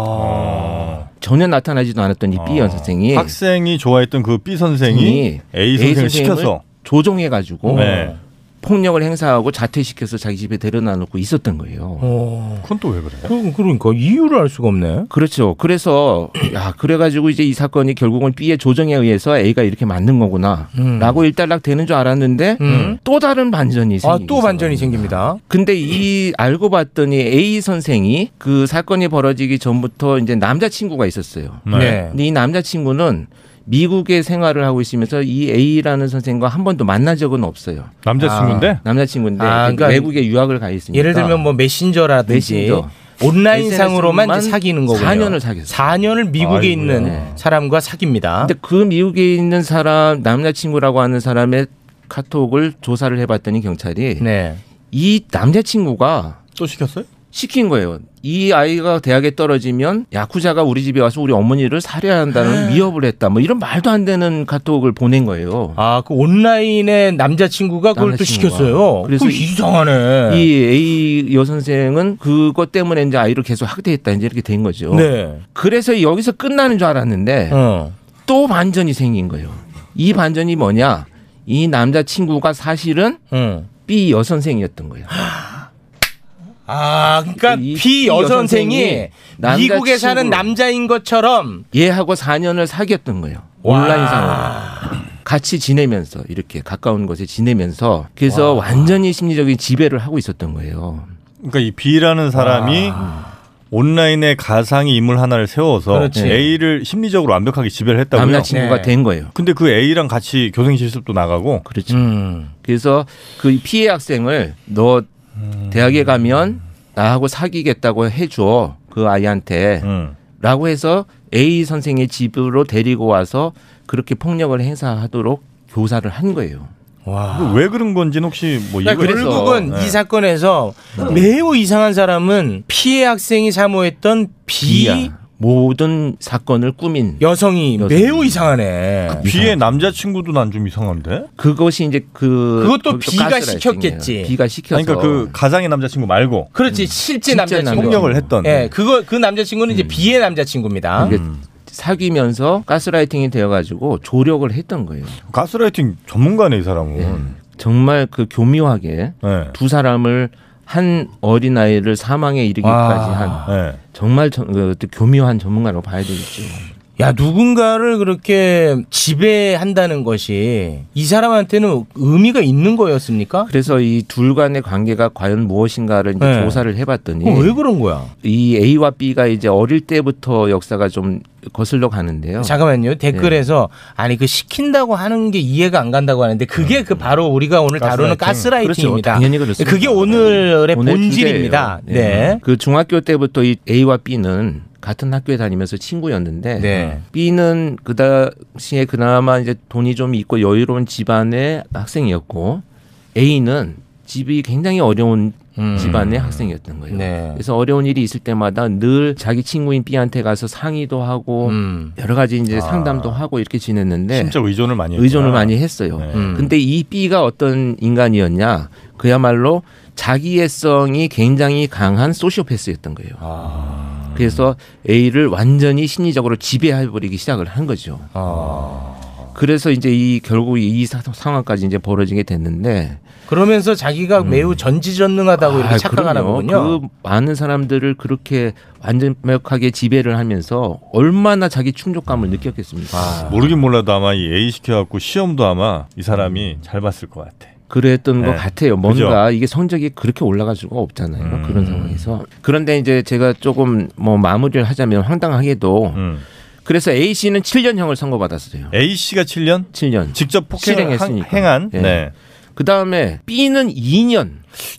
[SPEAKER 4] 아.
[SPEAKER 10] 전혀 나타나지도 않았던 이
[SPEAKER 3] 어.
[SPEAKER 10] B 여 선생이
[SPEAKER 3] 학생이 좋아했던 그 B 선생이 A 선생을 시켜서
[SPEAKER 10] 조종해가지고
[SPEAKER 3] 네.
[SPEAKER 10] 폭력을 행사하고 자퇴시켜서 자기 집에 데려다 놓고 있었던 거예요.
[SPEAKER 3] 어. 그건 또 왜 그래?
[SPEAKER 4] 어, 그, 그러니까 이유를 알 수가 없네.
[SPEAKER 10] 그렇죠. 그래서 야 그래가지고 이제 이 사건이 결국은 B의 조정에 의해서 A가 이렇게 만든
[SPEAKER 4] 음.
[SPEAKER 10] 거구나라고 일단락 되는 줄 알았는데
[SPEAKER 4] 음.
[SPEAKER 10] 또 다른 반전이 생기.
[SPEAKER 4] 아, 또 반전이 생깁니다.
[SPEAKER 10] 근데 이 알고 봤더니 A 선생이 그 사건이 벌어지기 전부터 이제 남자친구가 있었어요.
[SPEAKER 4] 네. 네.
[SPEAKER 10] 근데 이 남자친구는 미국에 생활을 하고 있으면서 이 A라는 선생과 한 번도 만난 적은 없어요.
[SPEAKER 4] 남자친구인데?
[SPEAKER 10] 아, 남자친구인데
[SPEAKER 4] 아, 그러니까
[SPEAKER 10] 외국에 유학을 가 있으니까.
[SPEAKER 4] 예를 들면 뭐 메신저라든지
[SPEAKER 10] 메신저.
[SPEAKER 4] 온라인상으로만 이제
[SPEAKER 10] SNS로만
[SPEAKER 4] 사귀는 거군요.
[SPEAKER 10] 4년을 사귀었어요.
[SPEAKER 4] 4년을 미국에
[SPEAKER 10] 아이고야. 네.
[SPEAKER 4] 있는 사람과 사깁니다.
[SPEAKER 10] 근데 그 미국에 있는 사람 남자친구라고 하는 사람의 카톡을 조사를 해봤더니 경찰이
[SPEAKER 4] 네.
[SPEAKER 10] 이 남자친구가
[SPEAKER 4] 또 시켰어요?
[SPEAKER 10] 시킨 거예요. 이 아이가 대학에 떨어지면 야쿠자가 우리 집에 와서 우리 어머니를 살해야
[SPEAKER 4] 아.
[SPEAKER 10] 한다는 위협을 했다. 뭐 이런 말도 안 되는 카톡을 보낸 거예요.
[SPEAKER 4] 아, 그 온라인의 남자친구가 그걸 또
[SPEAKER 10] 남자친구가.
[SPEAKER 4] 시켰어요.
[SPEAKER 10] 그래서
[SPEAKER 4] 그래서 이상하네.
[SPEAKER 10] 이 A 여선생은 그것 때문에 이제 아이를 계속 학대했다. 이제 이렇게 된 거죠.
[SPEAKER 4] 네. 어.
[SPEAKER 10] 그래서 여기서 끝나는 줄 알았는데 또 반전이 생긴 거예요. 이 반전이 뭐냐? 이 남자친구가 사실은
[SPEAKER 4] 응.
[SPEAKER 10] B 여선생이었던 거예요.
[SPEAKER 4] 아, 그러니까 B 여선생이 미국에 사는 남자인 것처럼
[SPEAKER 10] 얘하고 4년을 사귀었던 거예요. 온라인상으로. 같이 지내면서 이렇게 가까운 곳에 지내면서 그래서 완전히 심리적인 지배를 하고 있었던 거예요.
[SPEAKER 3] 그러니까 이 B라는 사람이 온라인의 가상의 인물 하나를 세워서
[SPEAKER 10] 그렇지.
[SPEAKER 3] A를 심리적으로 완벽하게 지배를 했다고요.
[SPEAKER 10] 남자친구가 네. 된 거예요.
[SPEAKER 3] 근데 그 A랑 같이 교생 실습도 나가고 음.
[SPEAKER 10] 그렇죠. 그래서 그 피해 학생을 너 대학에 가면 나하고 사귀겠다고 해줘 그 아이한테 라고 해서 A 선생의 집으로 데리고 와서 그렇게 폭력을 행사하도록 교사를 한 거예요.
[SPEAKER 4] 와.
[SPEAKER 3] 왜 그런 건지는 혹시 뭐
[SPEAKER 4] 그러니까 결국은 이 사건에서 매우 이상한 사람은 피해 학생이 사모했던 B
[SPEAKER 10] 모든 사건을 꾸민
[SPEAKER 4] 여성이 매우 이상하네.
[SPEAKER 3] 그 B의 남자친구도 난 좀 이상한데.
[SPEAKER 10] 그것이 이제 그
[SPEAKER 4] 그것도 B가 시켰겠지.
[SPEAKER 10] B가 시켜서
[SPEAKER 3] 그러니까 그 가상의 남자친구 말고.
[SPEAKER 4] 그렇지 음. 실제
[SPEAKER 10] 진짜
[SPEAKER 4] 남자친구
[SPEAKER 10] 폭력을 했던.
[SPEAKER 4] 예, 그거 그 남자친구는 이제 B의 남자친구입니다.
[SPEAKER 10] 이게 사귀면서 가스라이팅이 되어가지고 조력을 했던 거예요.
[SPEAKER 3] 가스라이팅 전문가네 이 사람은. 예.
[SPEAKER 10] 정말 그 교묘하게 두 사람을 한 어린 아이를 사망에 이르기까지
[SPEAKER 4] 와.
[SPEAKER 10] 한
[SPEAKER 3] 예.
[SPEAKER 10] 정말 저- 그 교묘한 전문가라고 봐야 되겠죠.
[SPEAKER 4] 야 누군가를 그렇게 지배한다는 것이 이 사람한테는 의미가 있는 거였습니까?
[SPEAKER 10] 그래서 이 둘 간의 관계가 과연 무엇인가를 이제
[SPEAKER 4] 네.
[SPEAKER 10] 조사를 해봤더니
[SPEAKER 4] 어, 왜 그런 거야?
[SPEAKER 10] 이 A와 B가 이제 어릴 때부터 역사가 좀 거슬러 가는데요.
[SPEAKER 4] 잠깐만요 댓글에서
[SPEAKER 10] 예.
[SPEAKER 4] 아니 그 시킨다고 하는 게 이해가 안 간다고 하는데 그게 그 바로 우리가 오늘 다루는
[SPEAKER 10] 음. 가스라이팅.
[SPEAKER 4] 가스라이팅입니다.
[SPEAKER 10] 그렇죠. 당연히 그렇습니다.
[SPEAKER 4] 게 오늘의
[SPEAKER 10] 오늘
[SPEAKER 4] 본질입니다.
[SPEAKER 10] 주제예요. 예.
[SPEAKER 4] 네.
[SPEAKER 10] 그 중학교 때부터 이 A와 B는 같은 학교에 다니면서 친구였는데
[SPEAKER 4] 네.
[SPEAKER 10] B는 그 당시에 그나마 이제 돈이 좀 있고 여유로운 집안의 학생이었고 A는 집이 굉장히 어려운 집안의 학생이었던 거예요. 그래서 어려운 일이 있을 때마다 늘 자기 친구인 B한테 가서 상의도 하고
[SPEAKER 4] 음.
[SPEAKER 10] 여러 가지 이제 상담도 하고 이렇게 지냈는데
[SPEAKER 3] 진짜 의존을 많이 했구나.
[SPEAKER 10] 네. 의존을 많이 했어요.
[SPEAKER 3] 음.
[SPEAKER 10] 근데 이 B가 어떤 인간이었냐? 그야말로 자기애성이 굉장히 강한 소시오패스였던 거예요. 그래서 A를 완전히 심리적으로 지배해버리기 시작을 한 거죠. 그래서 이제 이 결국 이 사- 상황까지 이제 벌어지게 됐는데
[SPEAKER 4] 그러면서 자기가 매우 전지전능하다고 이렇게
[SPEAKER 10] 음. 아,
[SPEAKER 4] 착각하나
[SPEAKER 10] 그럼요.
[SPEAKER 4] 보군요.
[SPEAKER 10] 그 많은 사람들을 그렇게 완전하게 지배를 하면서 얼마나 자기 충족감을
[SPEAKER 3] 아.
[SPEAKER 10] 느꼈겠습니까? 음.
[SPEAKER 3] 모르긴 몰라도 아마 이 A 시켜갖고 시험도 아마 이 사람이 잘 봤을 것 같아.
[SPEAKER 10] 그랬던
[SPEAKER 3] 네.
[SPEAKER 10] 것 같아요. 뭔가 이게 성적이 그렇게 올라갈 수가 없잖아요.
[SPEAKER 3] 음.
[SPEAKER 10] 그런 상황에서. 그런데 이제 제가 조금 뭐 마무리를 하자면 황당하게도
[SPEAKER 3] 음.
[SPEAKER 10] 그래서 A 씨는 7년형을 선고받았어요.
[SPEAKER 3] A 씨가 7년?
[SPEAKER 10] 7년.
[SPEAKER 3] 직접 폭행을
[SPEAKER 10] 실행했으니까.
[SPEAKER 3] 한- 행한?
[SPEAKER 10] 예.
[SPEAKER 3] 네.
[SPEAKER 10] 그다음에 B는 2년.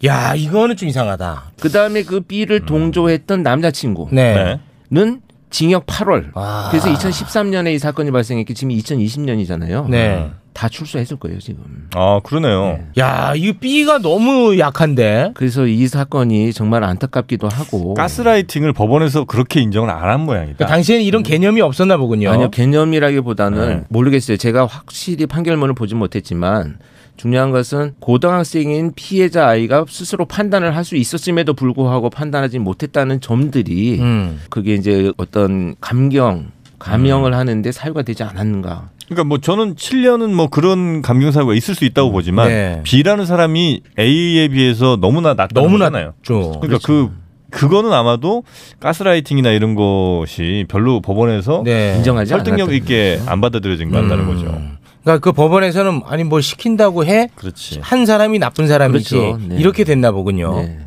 [SPEAKER 10] 야, 이거는 좀 이상하다. 그다음에 그 B를 동조했던 남자친구.
[SPEAKER 4] 네.
[SPEAKER 10] 는 징역 8월.
[SPEAKER 4] 아.
[SPEAKER 10] 그래서 2013년에 이 사건이 발생했기 지금 2020년이잖아요.
[SPEAKER 4] 네.
[SPEAKER 10] 다 출소했을 거예요, 지금.
[SPEAKER 3] 아 그러네요.
[SPEAKER 10] 야, 이 B가 너무 약한데. 그래서 이 사건이 정말 안타깝기도 하고.
[SPEAKER 3] 가스라이팅을 법원에서 그렇게 인정을 안 한
[SPEAKER 4] 그러니까
[SPEAKER 3] 모양이다.
[SPEAKER 10] 당시에는 이런 개념이 없었나 보군요. 음. 아니요, 개념이라기보다는
[SPEAKER 3] 네.
[SPEAKER 10] 모르겠어요. 제가 확실히 판결문을 보진 못했지만 중요한 것은 고등학생인 피해자 아이가 스스로 판단을 할 수 있었음에도 불구하고 판단하지 못했다는 점들이
[SPEAKER 4] 음.
[SPEAKER 10] 그게 이제 어떤 감경, 감형을 하는데 사유가 되지 않았는가.
[SPEAKER 3] 그러니까 뭐 저는 7년은 뭐 그런 감경 사고가 있을 수 있다고 보지만
[SPEAKER 10] 네.
[SPEAKER 3] B라는 사람이 A에 비해서 너무나 낮다는
[SPEAKER 10] 너무나 그렇죠.
[SPEAKER 3] 거잖아요.
[SPEAKER 4] 어,
[SPEAKER 10] 낮죠.
[SPEAKER 3] 그러니까 그 그거는 아마도 가스라이팅이나 이런 것이 별로 법원에서
[SPEAKER 4] 네. 인정하지
[SPEAKER 3] 설득력
[SPEAKER 4] 않았다는
[SPEAKER 3] 있게 안 받아들여진 것 같다는
[SPEAKER 4] 음.
[SPEAKER 3] 거죠.
[SPEAKER 4] 그러니까 그 법원에서는 아니 뭐 시킨다고 해.
[SPEAKER 3] 그렇지.
[SPEAKER 4] 한 사람이 나쁜 사람이지.
[SPEAKER 10] 예. 그렇죠. 네.
[SPEAKER 4] 이렇게 됐나 보군요.
[SPEAKER 10] 네.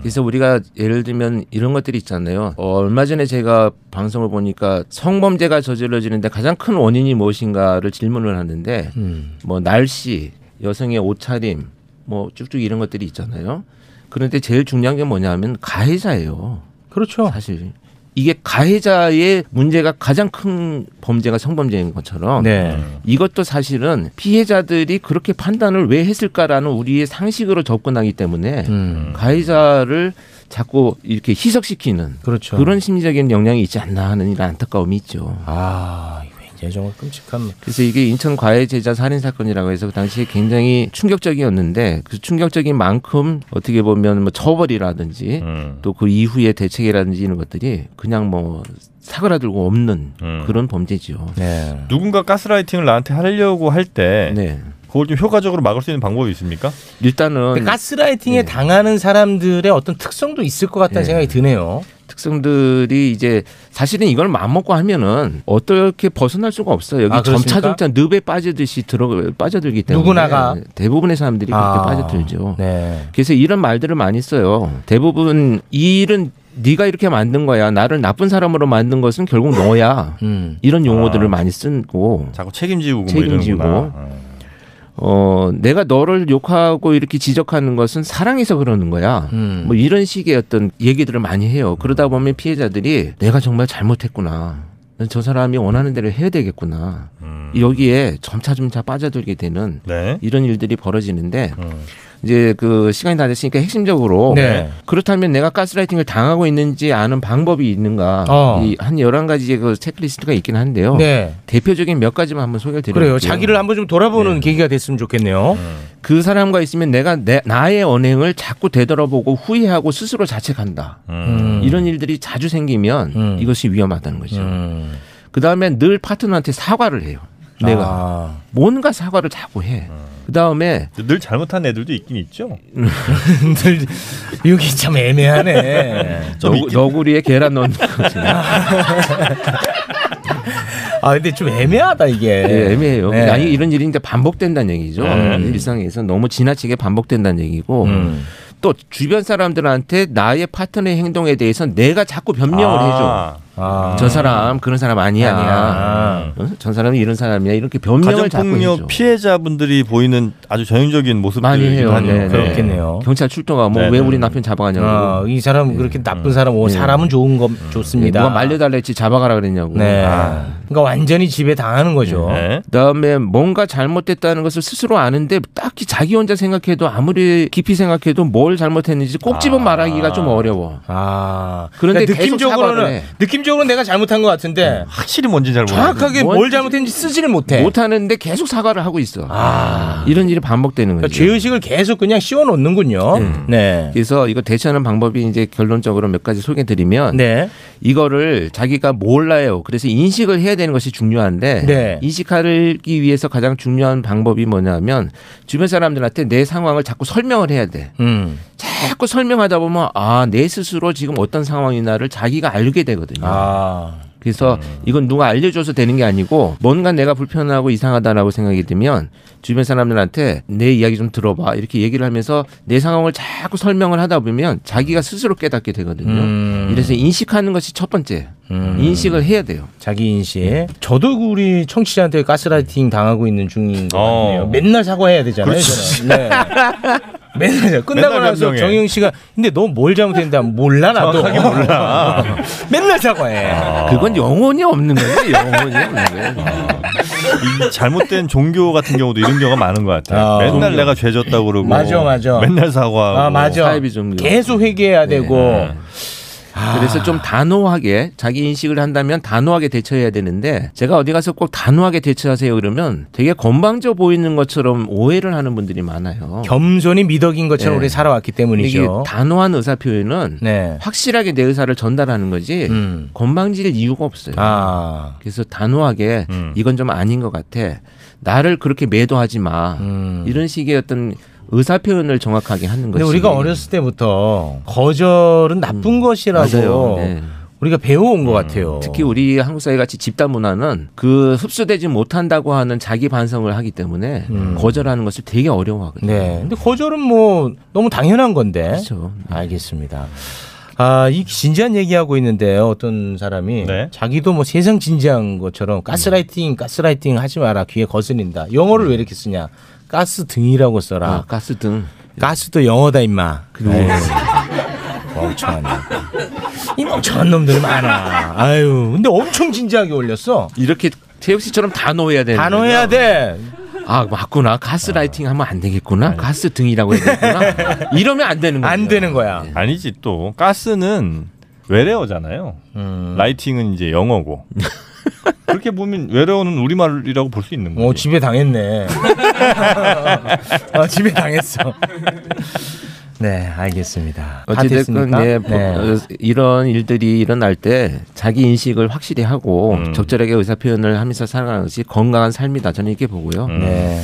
[SPEAKER 10] 그래서 우리가 예를 들면 이런 것들이 있잖아요. 어, 얼마 전에 제가 방송을 보니까 성범죄가 저질러지는데 가장 큰 원인이 무엇인가를 질문을 하는데
[SPEAKER 4] 음.
[SPEAKER 10] 뭐 날씨, 여성의 옷차림, 뭐 쭉쭉 이런 것들이 있잖아요. 그런데 제일 중요한 게 뭐냐면 가해자예요.
[SPEAKER 4] 그렇죠.
[SPEAKER 10] 사실 이게 가해자의 문제가 가장 큰 범죄가 성범죄인 것처럼
[SPEAKER 4] 네.
[SPEAKER 10] 이것도 사실은 피해자들이 그렇게 판단을 왜 했을까라는 우리의 상식으로 접근하기 때문에
[SPEAKER 4] 음.
[SPEAKER 10] 가해자를 자꾸 이렇게 희석시키는
[SPEAKER 4] 그렇죠.
[SPEAKER 10] 런 심리적인 영향이 있지 않나 하는 이런 안타까움이 있죠.
[SPEAKER 4] 아, 이거 굉장히 정말 끔찍한. 뭐.
[SPEAKER 10] 그래서 이게 인천 과외제자 살인 사건이라고 해서 그 당시에 굉장히 충격적이었는데 그 충격적인 만큼 어떻게 보면 뭐
[SPEAKER 4] 음.
[SPEAKER 10] 처벌이라든지
[SPEAKER 3] 음.
[SPEAKER 10] 또 그 이후의 대책이라든지 이런 것들이 그냥 뭐 사그라들고 없는
[SPEAKER 4] 음.
[SPEAKER 10] 그런 범죄죠.
[SPEAKER 3] 누군가 가스라이팅을 나한테 하려고 할 때
[SPEAKER 10] 네.
[SPEAKER 3] 그걸 좀 효과적으로 막을 수 있는 방법이 있습니까?
[SPEAKER 10] 일단은
[SPEAKER 4] 근데 가스라이팅에 당하는 사람들의 어떤 특성도 있을 것 같다는
[SPEAKER 10] 네.
[SPEAKER 4] 생각이 드네요.
[SPEAKER 10] 특성들이 이제 사실은 이걸 마음먹고 하면은 어떻게 벗어날 수가 없어요. 여기
[SPEAKER 4] 아, 그렇습니까?
[SPEAKER 10] 점차 점차 늪에 빠지듯이 들어 빠져들기 때문에
[SPEAKER 4] 누구나가?
[SPEAKER 10] 대부분의 사람들이 그렇게
[SPEAKER 4] 아,
[SPEAKER 10] 빠져들죠.
[SPEAKER 4] 네.
[SPEAKER 10] 그래서 이런 말들을 많이 써요. 대부분 이 일은 네가 이렇게 만든 거야. 나를 나쁜 사람으로 만든 것은 결국 너야.
[SPEAKER 4] 음.
[SPEAKER 10] 이런 용어들을
[SPEAKER 3] 아.
[SPEAKER 10] 많이 쓰고
[SPEAKER 3] 자꾸 책임지고 뭐
[SPEAKER 10] 책임지고
[SPEAKER 3] 이러는구나.
[SPEAKER 10] 어 내가 너를 욕하고 이렇게 지적하는 것은 사랑해서 그러는 거야.
[SPEAKER 4] 음.
[SPEAKER 10] 뭐 이런 식의 어떤 얘기들을 많이 해요. 그러다 보면 피해자들이 내가 정말 잘못했구나. 저 사람이 원하는 대로 해야 되겠구나.
[SPEAKER 4] 음.
[SPEAKER 10] 여기에 점차 점차 빠져들게 되는
[SPEAKER 3] 네.
[SPEAKER 10] 이런 일들이 벌어지는데 이제 그 시간이 다 됐으니까 핵심적으로
[SPEAKER 4] 음. 네.
[SPEAKER 10] 그렇다면 내가 가스라이팅을 당하고 있는지 아는 방법이 있는가?
[SPEAKER 4] 어.
[SPEAKER 10] 이 한 11가지의 그 체크리스트가 있긴 한데요.
[SPEAKER 4] 네.
[SPEAKER 10] 대표적인 몇 가지만 한번 소개를 드릴게요. 뭐. 네.
[SPEAKER 4] 그래요. 자기를 한번 좀 돌아보는 계기가 됐으면 좋겠네요.
[SPEAKER 10] 그 사람과 있으면 내가 내, 나의 언행을 자꾸 되돌아보고 후회하고 스스로 자책한다.
[SPEAKER 4] 음.
[SPEAKER 10] 이런 일들이 자주 생기면 이것이 위험하다는 거죠.
[SPEAKER 4] 음.
[SPEAKER 10] 그 다음에 늘 파트너한테 사과를 해요. 내가
[SPEAKER 4] 아. *laughs*
[SPEAKER 10] 뭔가 사과를 자꾸 해. 그 다음에
[SPEAKER 3] 늘 잘못한 애들도 있긴 있죠.
[SPEAKER 4] 늘 여기 참 애매하네.
[SPEAKER 10] 너, 너구리에 계란 넣는 거지.
[SPEAKER 4] 아 근데 좀 애매하다 이게.
[SPEAKER 10] 예, 애매해요.
[SPEAKER 4] 네.
[SPEAKER 10] 아니, 이런 일이 이제 반복된다는 얘기죠.
[SPEAKER 4] 음.
[SPEAKER 10] 일상에서 너무 지나치게 반복된다는 얘기고 또 주변 사람들한테 나의 파트너의 행동에 대해서 내가 자꾸 변명을
[SPEAKER 3] 아.
[SPEAKER 10] 해줘. 저 사람 그런 사람 아니야.
[SPEAKER 3] 아니야.
[SPEAKER 10] 어? 저 사람이 이런 사람이야. 이렇게 변명을 자꾸 해줘.
[SPEAKER 3] 가정폭력 피해자분들이 보이는 아주 전형적인
[SPEAKER 10] 많이
[SPEAKER 3] 모습들이
[SPEAKER 10] 해요. 네, 네. 경찰 출동하고 뭐왜
[SPEAKER 3] 네네.
[SPEAKER 10] 우리 남편 잡아가냐고.
[SPEAKER 4] 아, 이 사람 그렇게 나쁜 사람, 오,
[SPEAKER 10] 네.
[SPEAKER 4] 사람은 좋은 거
[SPEAKER 10] 예,
[SPEAKER 4] 좋습니다.
[SPEAKER 10] 누가 말려달라 했지 잡아가라 그랬냐고.
[SPEAKER 4] 네. 그러니까 완전히 집에 당하는 거죠.
[SPEAKER 10] 예.
[SPEAKER 3] 네.
[SPEAKER 10] 그다음에 뭔가 잘못됐다는 것을 스스로 아는데 딱히 자기 혼자 생각해도 아무리 깊이 생각해도 뭘 잘못했는지 꼭 집어 말하기가 좀 어려워.
[SPEAKER 4] 아.
[SPEAKER 10] 그런데
[SPEAKER 4] 그러니까
[SPEAKER 10] 계속 사과를
[SPEAKER 4] 느낌적으로는
[SPEAKER 10] 해.
[SPEAKER 4] 느낌적으로는 내가 잘못한 것
[SPEAKER 10] 음.
[SPEAKER 4] 같은데
[SPEAKER 3] 확실히 뭔지 잘
[SPEAKER 10] 모르겠어요.
[SPEAKER 4] 정확하게
[SPEAKER 10] 뭔지
[SPEAKER 4] 뭘 잘못했는지 쓰지를 못해.
[SPEAKER 10] 못 하는데 계속 사과를 하고 있어.
[SPEAKER 4] 네. 아.
[SPEAKER 10] 이런 일이 반복되는 거죠.
[SPEAKER 4] 그러니까 죄의식을 계속 그냥 씌워놓는군요.
[SPEAKER 10] 예.
[SPEAKER 4] 네.
[SPEAKER 10] 그래서 이거 대처하는 방법이 이제 결론적으로 몇 가지 소개드리면
[SPEAKER 4] 네.
[SPEAKER 10] 이거를 자기가 몰라요. 그래서 인식을 해야 되는 것이 중요한데
[SPEAKER 4] 네.
[SPEAKER 10] 인식하기 위해서 가장 중요한 방법이 뭐냐면 주변 사람들한테 내 상황을 자꾸 설명을 해야 돼.
[SPEAKER 4] 음.
[SPEAKER 10] 자꾸 설명하다 보면 아 내 스스로 지금 어떤 상황이나를 자기가 알게 되거든요.
[SPEAKER 4] 아.
[SPEAKER 10] 그래서 이건 누가 알려줘서 되는 게 아니고 뭔가 내가 불편하고 이상하다라고 생각이 들면 주변 사람들한테 내 이야기 좀 들어봐 이렇게 얘기를 하면서 내 상황을 자꾸 설명을 하다 보면 자기가 스스로 깨닫게 되거든요. 이래서 인식하는 것이 첫 번째. 인식을 해야 돼요.
[SPEAKER 4] 자기 인식. 저도 우리 청취자한테 가스라이팅 당하고 있는 중인 것 같네요. 맨날 사과해야 되잖아요.
[SPEAKER 10] 어. 그렇지.
[SPEAKER 4] 저는. 네. *laughs* 맨날 끝나고
[SPEAKER 10] 맨날
[SPEAKER 4] 나서
[SPEAKER 10] 변명해.
[SPEAKER 4] 정영 씨가 근데 너 뭘 잘못했는데 하면 몰라 나도.
[SPEAKER 10] 정확하게
[SPEAKER 4] *laughs*
[SPEAKER 10] 몰라. 아,
[SPEAKER 4] 맨날 사과해.
[SPEAKER 10] 그건 영혼이 없는 거예요. 영혼이 없는 거예요.
[SPEAKER 3] 이 잘못된 종교 같은 경우도 이런 경우가 많은 것 같아요.
[SPEAKER 10] 아,
[SPEAKER 3] 맨날
[SPEAKER 10] 종교.
[SPEAKER 3] 내가 죄졌다 그러고,
[SPEAKER 10] 맞아, 맞아.
[SPEAKER 3] 맨날 사과하고,
[SPEAKER 10] 아, 맞아. 사이비 네. 종교.
[SPEAKER 4] 계속 회개해야 되고.
[SPEAKER 10] 그래서 좀 단호하게 자기 인식을 한다면 단호하게 대처해야 되는데 제가 어디 가서 꼭 단호하게 대처하세요 그러면 되게 건방져 보이는 것처럼 오해를 하는 분들이 많아요.
[SPEAKER 4] 겸손이 미덕인 것처럼
[SPEAKER 10] 네.
[SPEAKER 4] 우리 살아왔기
[SPEAKER 10] 이게
[SPEAKER 4] 때문이죠.
[SPEAKER 10] 단호한 의사 표현은
[SPEAKER 4] 네. 음.
[SPEAKER 10] 확실하게 내 의사를 전달하는 거지 건방질 이유가 없어요.
[SPEAKER 4] 아.
[SPEAKER 10] 그래서 단호하게
[SPEAKER 4] 음.
[SPEAKER 10] 이건 좀 아닌 것 같아. 나를 그렇게 매도하지 마. 이런 식의 어떤 의사 표현을 정확하게 하는
[SPEAKER 4] 음. 근데
[SPEAKER 10] 거지.
[SPEAKER 4] 우리가 어렸을 때부터 거절은 나쁜 것이라고
[SPEAKER 10] 음. 맞아요. 네. 음.
[SPEAKER 4] 우리가 배워온 것 같아요.
[SPEAKER 10] 특히 우리 한국 사회 같이 집단 문화는 그 흡수되지 못한다고 하는 자기 반성을 하기 때문에 거절하는 것을 되게 어려워하거든요.
[SPEAKER 4] 음. 네. 근데 거절은 뭐 너무 당연한 건데.
[SPEAKER 10] 그렇죠.
[SPEAKER 4] 알겠습니다. 아, 이 진지한 얘기하고 있는데요. 어떤 사람이 자기도 뭐 세상 진지한
[SPEAKER 10] 음.
[SPEAKER 4] 것처럼 가스라이팅, 가스라이팅 하지 마라. 귀에 거슬린다. 영어를 왜 이렇게 쓰냐? 가스 등이라고 써라.
[SPEAKER 10] 아, 가스 등.
[SPEAKER 4] 가스도 영어다 임마. 그리고 멍청한 이 멍청한 놈들 많아. 아유, 근데 엄청 진지하게 올렸어.
[SPEAKER 10] 이렇게 태욱 씨처럼 단호해야 되는
[SPEAKER 4] 단호해야 돼.
[SPEAKER 10] 아 맞구나 가스라이팅 하면 안
[SPEAKER 4] 네.
[SPEAKER 10] 되겠구나 가스 등이라고 해야 되겠구나
[SPEAKER 4] *laughs*
[SPEAKER 10] 이러면 안 되는 거야 안 되는
[SPEAKER 4] 거야
[SPEAKER 3] 아니지 또 가스는 외래어잖아요. 라이팅은 이제 영어고. 그렇게 보면 외래어는 우리말이라고 볼 수 있는 거예요.
[SPEAKER 4] 어, 집에 당했네. *laughs* 아, 집에 당했어. 네, 알겠습니다. 다
[SPEAKER 10] 어쨌든
[SPEAKER 4] 됐습니까? 네.
[SPEAKER 10] 네, 뭐, 어, 이런 일들이 일어날 때 자기 인식을 확실히 하고
[SPEAKER 4] 음.
[SPEAKER 10] 적절하게 의사 표현을 하면서 살아가는 것이 건강한 삶이다 저는 이렇게 보고요.
[SPEAKER 4] 네.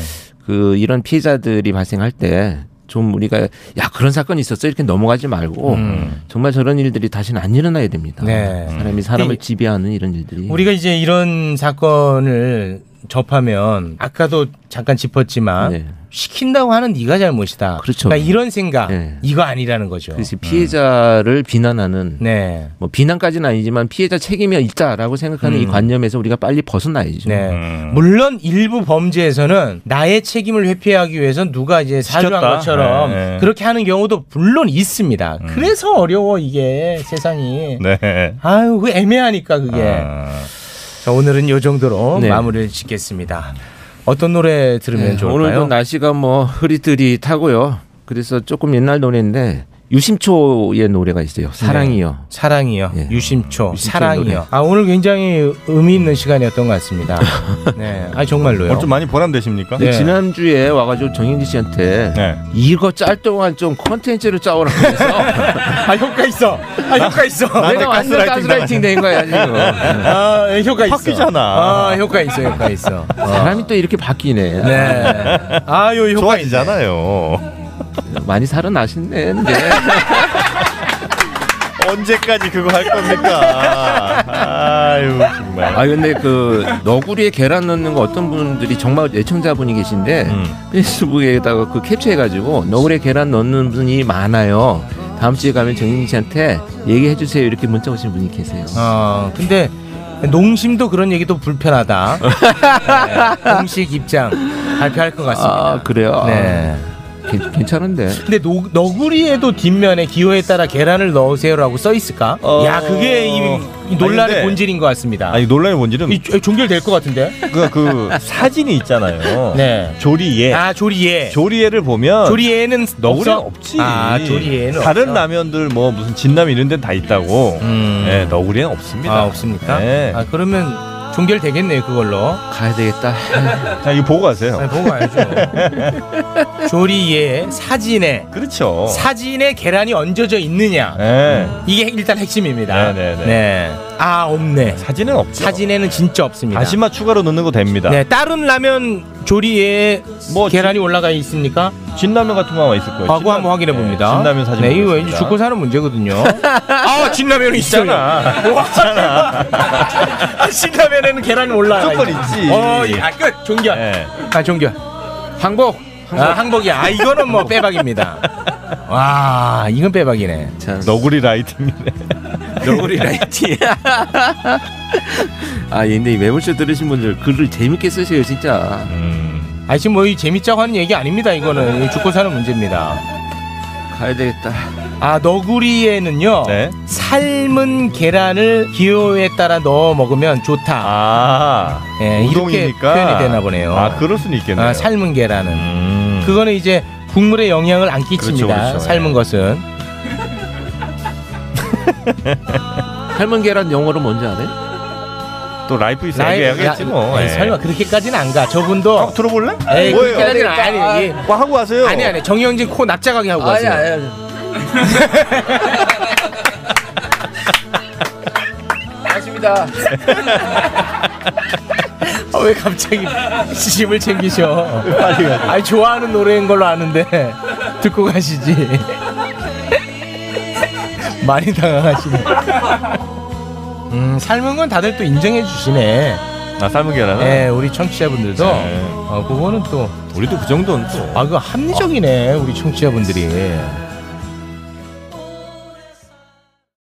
[SPEAKER 10] 그 이런 피해자들이 발생할 때. 좀 우리가 야 그런 사건이 있었어 이렇게 넘어가지 말고
[SPEAKER 4] 음.
[SPEAKER 10] 정말 저런 일들이 다시는 안 일어나야 됩니다.
[SPEAKER 4] 네.
[SPEAKER 10] 사람이 사람을
[SPEAKER 4] 이-
[SPEAKER 10] 지배하는 이런 일들이
[SPEAKER 4] 우리가 이제 이런 사건을 접하면 아까도 잠깐 짚었지만 시킨다고 하는 네가 잘못이다.
[SPEAKER 10] 네. 그렇죠.
[SPEAKER 4] 러니까 이런 생각
[SPEAKER 10] 네.
[SPEAKER 4] 이거 아니라는 거죠.
[SPEAKER 10] 그래서 피해자를 비난하는
[SPEAKER 4] 네.
[SPEAKER 10] 뭐 비난까지는 아니지만 피해자 책임이 있다라고 생각하는
[SPEAKER 4] 음.
[SPEAKER 10] 이 관념에서 우리가 빨리 벗어나야죠.
[SPEAKER 4] 네.
[SPEAKER 10] 음.
[SPEAKER 4] 물론 일부 범죄에서는 나의 책임을 회피하기 위해서 누가 이제 사주한
[SPEAKER 10] 시켰다.
[SPEAKER 4] 것처럼
[SPEAKER 10] 네. 음.
[SPEAKER 4] 그렇게 하는 경우도 물론 있습니다. 그래서 어려워 이게 세상이.
[SPEAKER 3] 네.
[SPEAKER 4] 아유 그 애매하니까 그게. 자, 오늘은 요 정도로
[SPEAKER 10] 아. 네.
[SPEAKER 4] 마무리를 짓겠습니다. 어떤 노래 들으면
[SPEAKER 10] 네,
[SPEAKER 4] 좋을까요?
[SPEAKER 10] 오늘도 날씨가 뭐 흐릿흐릿하고요. 그래서 조금 옛날 노래인데 유심초의 노래가 있어요.
[SPEAKER 4] 네.
[SPEAKER 10] 사랑이요. 예.
[SPEAKER 4] 사랑이요. 유심초,
[SPEAKER 10] 유심초의
[SPEAKER 4] 사랑이요.
[SPEAKER 10] 노래.
[SPEAKER 4] 아 오늘 굉장히 의미 있는 시간이었던 것 같습니다. 네, 아 정말로요.
[SPEAKER 10] 오늘 어, 좀 많이
[SPEAKER 3] 보람되십니까?
[SPEAKER 10] 근데 지난주에 와가지고 정영진 씨한테
[SPEAKER 3] 네.
[SPEAKER 10] 이거 짤 동안 좀 콘텐츠를 짜오라 그래서
[SPEAKER 4] 아 효과 있어. 아 효과 있어.
[SPEAKER 10] 나한테 내가 완전 가스라이팅 가스라이팅 된 거야, 지금.
[SPEAKER 4] 아 효과 있어.
[SPEAKER 10] 바뀌잖아.
[SPEAKER 4] 아 효과 있어, 효과 있어.
[SPEAKER 10] 사람이 또 이렇게
[SPEAKER 3] *laughs*
[SPEAKER 10] 바뀌네.
[SPEAKER 4] 네. 아유 효과
[SPEAKER 3] 좋아지잖아요.
[SPEAKER 10] 많이 살아나셨네. 근데.
[SPEAKER 3] 언제까지 그거 할 겁니까? 아유 정말.
[SPEAKER 10] 아 근데 그 너구리에 계란 넣는 거 어떤 분들이 정말 애청자분이 계신데 페이스북에다가 그 캡처해가지고 너구리에 계란 넣는 분이 많아요. 다음 주에 가면 정인 씨한테 얘기해 주세요 이렇게 문자 오신 분이 계세요.
[SPEAKER 4] 어, 근데 농심도 그런 얘기도 불편하다. 네, 공식 입장 발표할 것 같습니다.
[SPEAKER 10] 아 그래요.
[SPEAKER 4] 네.
[SPEAKER 10] 괜- 괜찮은데.
[SPEAKER 4] 근데 노, 너구리에도 뒷면에 기호에 따라 계란을 넣으세요라고 써 있을까?
[SPEAKER 3] 어.
[SPEAKER 4] 야 그게 이, 이 논란의
[SPEAKER 3] 아니, 근데-
[SPEAKER 4] 본질인 것 같습니다.
[SPEAKER 3] 아니 논란의 본질은
[SPEAKER 4] 종결될 것 같은데.
[SPEAKER 3] 그, 그 사진이 있잖아요.
[SPEAKER 4] 네.
[SPEAKER 3] 조리예.
[SPEAKER 4] 아 조리예.
[SPEAKER 3] 조리예를 보면
[SPEAKER 4] 조리예는
[SPEAKER 3] 너구리
[SPEAKER 4] 없어?
[SPEAKER 3] 없지.
[SPEAKER 4] 아, 조리예는
[SPEAKER 3] 다른
[SPEAKER 4] 없어. 음.
[SPEAKER 3] 라면들 뭐 무슨 진남 이런 데는 다 있다고. 네, 너구리는 없습니다.
[SPEAKER 4] 아 없습니까?
[SPEAKER 3] 네.
[SPEAKER 4] 아 그러면 종결 되겠네요 그걸로.
[SPEAKER 10] 가야 되겠다.
[SPEAKER 3] 자, 이거 네, 보고 가세요.
[SPEAKER 4] 아, 아니, 보고 가야죠. *laughs* 조리에 사진에
[SPEAKER 3] 그렇죠.
[SPEAKER 4] 사진에 계란이 얹어져 있느냐
[SPEAKER 3] 네.
[SPEAKER 4] 이게 일단
[SPEAKER 3] 네,
[SPEAKER 4] 핵심입니다.
[SPEAKER 3] 네, 네.
[SPEAKER 4] 네. 아 없네.
[SPEAKER 3] 사진은 없죠.
[SPEAKER 4] 사진에는 진짜 없습니다.
[SPEAKER 3] 다시마 추가로 넣는 거 됩니다.
[SPEAKER 4] 네, 다른 라면 조리에 뭐 계란이 올라가 있습니까?
[SPEAKER 3] 진라면 같은 거 아마 있을 거예요.
[SPEAKER 4] 그거 한번 확인해 봅니다.
[SPEAKER 3] 진라면 사진
[SPEAKER 4] 네, 이거 왠지
[SPEAKER 3] 보겠습니다.
[SPEAKER 4] 죽고
[SPEAKER 3] *laughs*
[SPEAKER 4] 사는 문제거든요. 아, 진라면이 있잖아. *laughs* 아, 신라면에는 계란이 올라.
[SPEAKER 10] 무조건 있지.
[SPEAKER 4] 어, 이- 아, 끝. 종결.
[SPEAKER 3] 예.
[SPEAKER 4] 아, 종결. 항복. 아, 항복이야. 아, 이거는 뭐 *laughs* 빼박입니다. 와, 이건 빼박이네.
[SPEAKER 3] 너구리 라이팅이네.
[SPEAKER 10] 너구리 라이팅. 아, 근데 이 매물쇼 들으신 분들 글을 재밌게 쓰세요, 진짜.
[SPEAKER 4] 아, 지금 뭐 이 재밌자고 하는 얘기 아닙니다. 이거는 이거 죽고 사는 문제입니다.
[SPEAKER 10] 가야 되겠다.
[SPEAKER 4] 아, 너구리에는요.
[SPEAKER 3] 네.
[SPEAKER 4] 삶은 계란을 기호에 따라 넣어 먹으면 좋다.
[SPEAKER 3] 아,
[SPEAKER 4] 예, 이렇게
[SPEAKER 3] 우동이니까.
[SPEAKER 4] 표현이 되나 보네요.
[SPEAKER 3] 아, 그럴 수는 있겠네요. 음.
[SPEAKER 4] 아, 삶은 계란은. 그거는 이제 국물에 영향을 안 끼칩니다.
[SPEAKER 10] 그렇죠, 그렇죠.
[SPEAKER 4] 삶은 것은.
[SPEAKER 10] 삶은 계란 영어로 뭔지 아네?
[SPEAKER 3] 또 라이프
[SPEAKER 10] 있어. 이게 해야겠지 뭐.
[SPEAKER 4] 아니,
[SPEAKER 10] 예.
[SPEAKER 4] 설마 그렇게까지는 안 가. 저분도
[SPEAKER 3] 들어볼래?
[SPEAKER 4] 에이,
[SPEAKER 10] 뭐예요?
[SPEAKER 4] 그렇게까지는 아니.
[SPEAKER 10] 아,
[SPEAKER 4] 이게-
[SPEAKER 3] 뭐 하고 가세요?
[SPEAKER 4] 아니 아니. 정영진 코 납작하게 하고
[SPEAKER 10] 아니,
[SPEAKER 4] 가세요.
[SPEAKER 10] 아니,
[SPEAKER 4] *laughs*
[SPEAKER 10] 맞습니다.
[SPEAKER 4] 아, 왜 갑자기 *laughs* 시집을 챙기셔? 아니 좋아하는 노래인 걸로 아는데 듣고 가시지. *laughs* 많이 당황하시네. 음, 삶은 건 다들 또 인정해 주시네.
[SPEAKER 3] 나 삶은 계란은?
[SPEAKER 4] 네, 우리 청취자분들도
[SPEAKER 3] 네.
[SPEAKER 4] 어, 그거는 또
[SPEAKER 3] 우리도 그 정도는 또.
[SPEAKER 4] 아, 그 합리적이네, 우리 청취자분들이.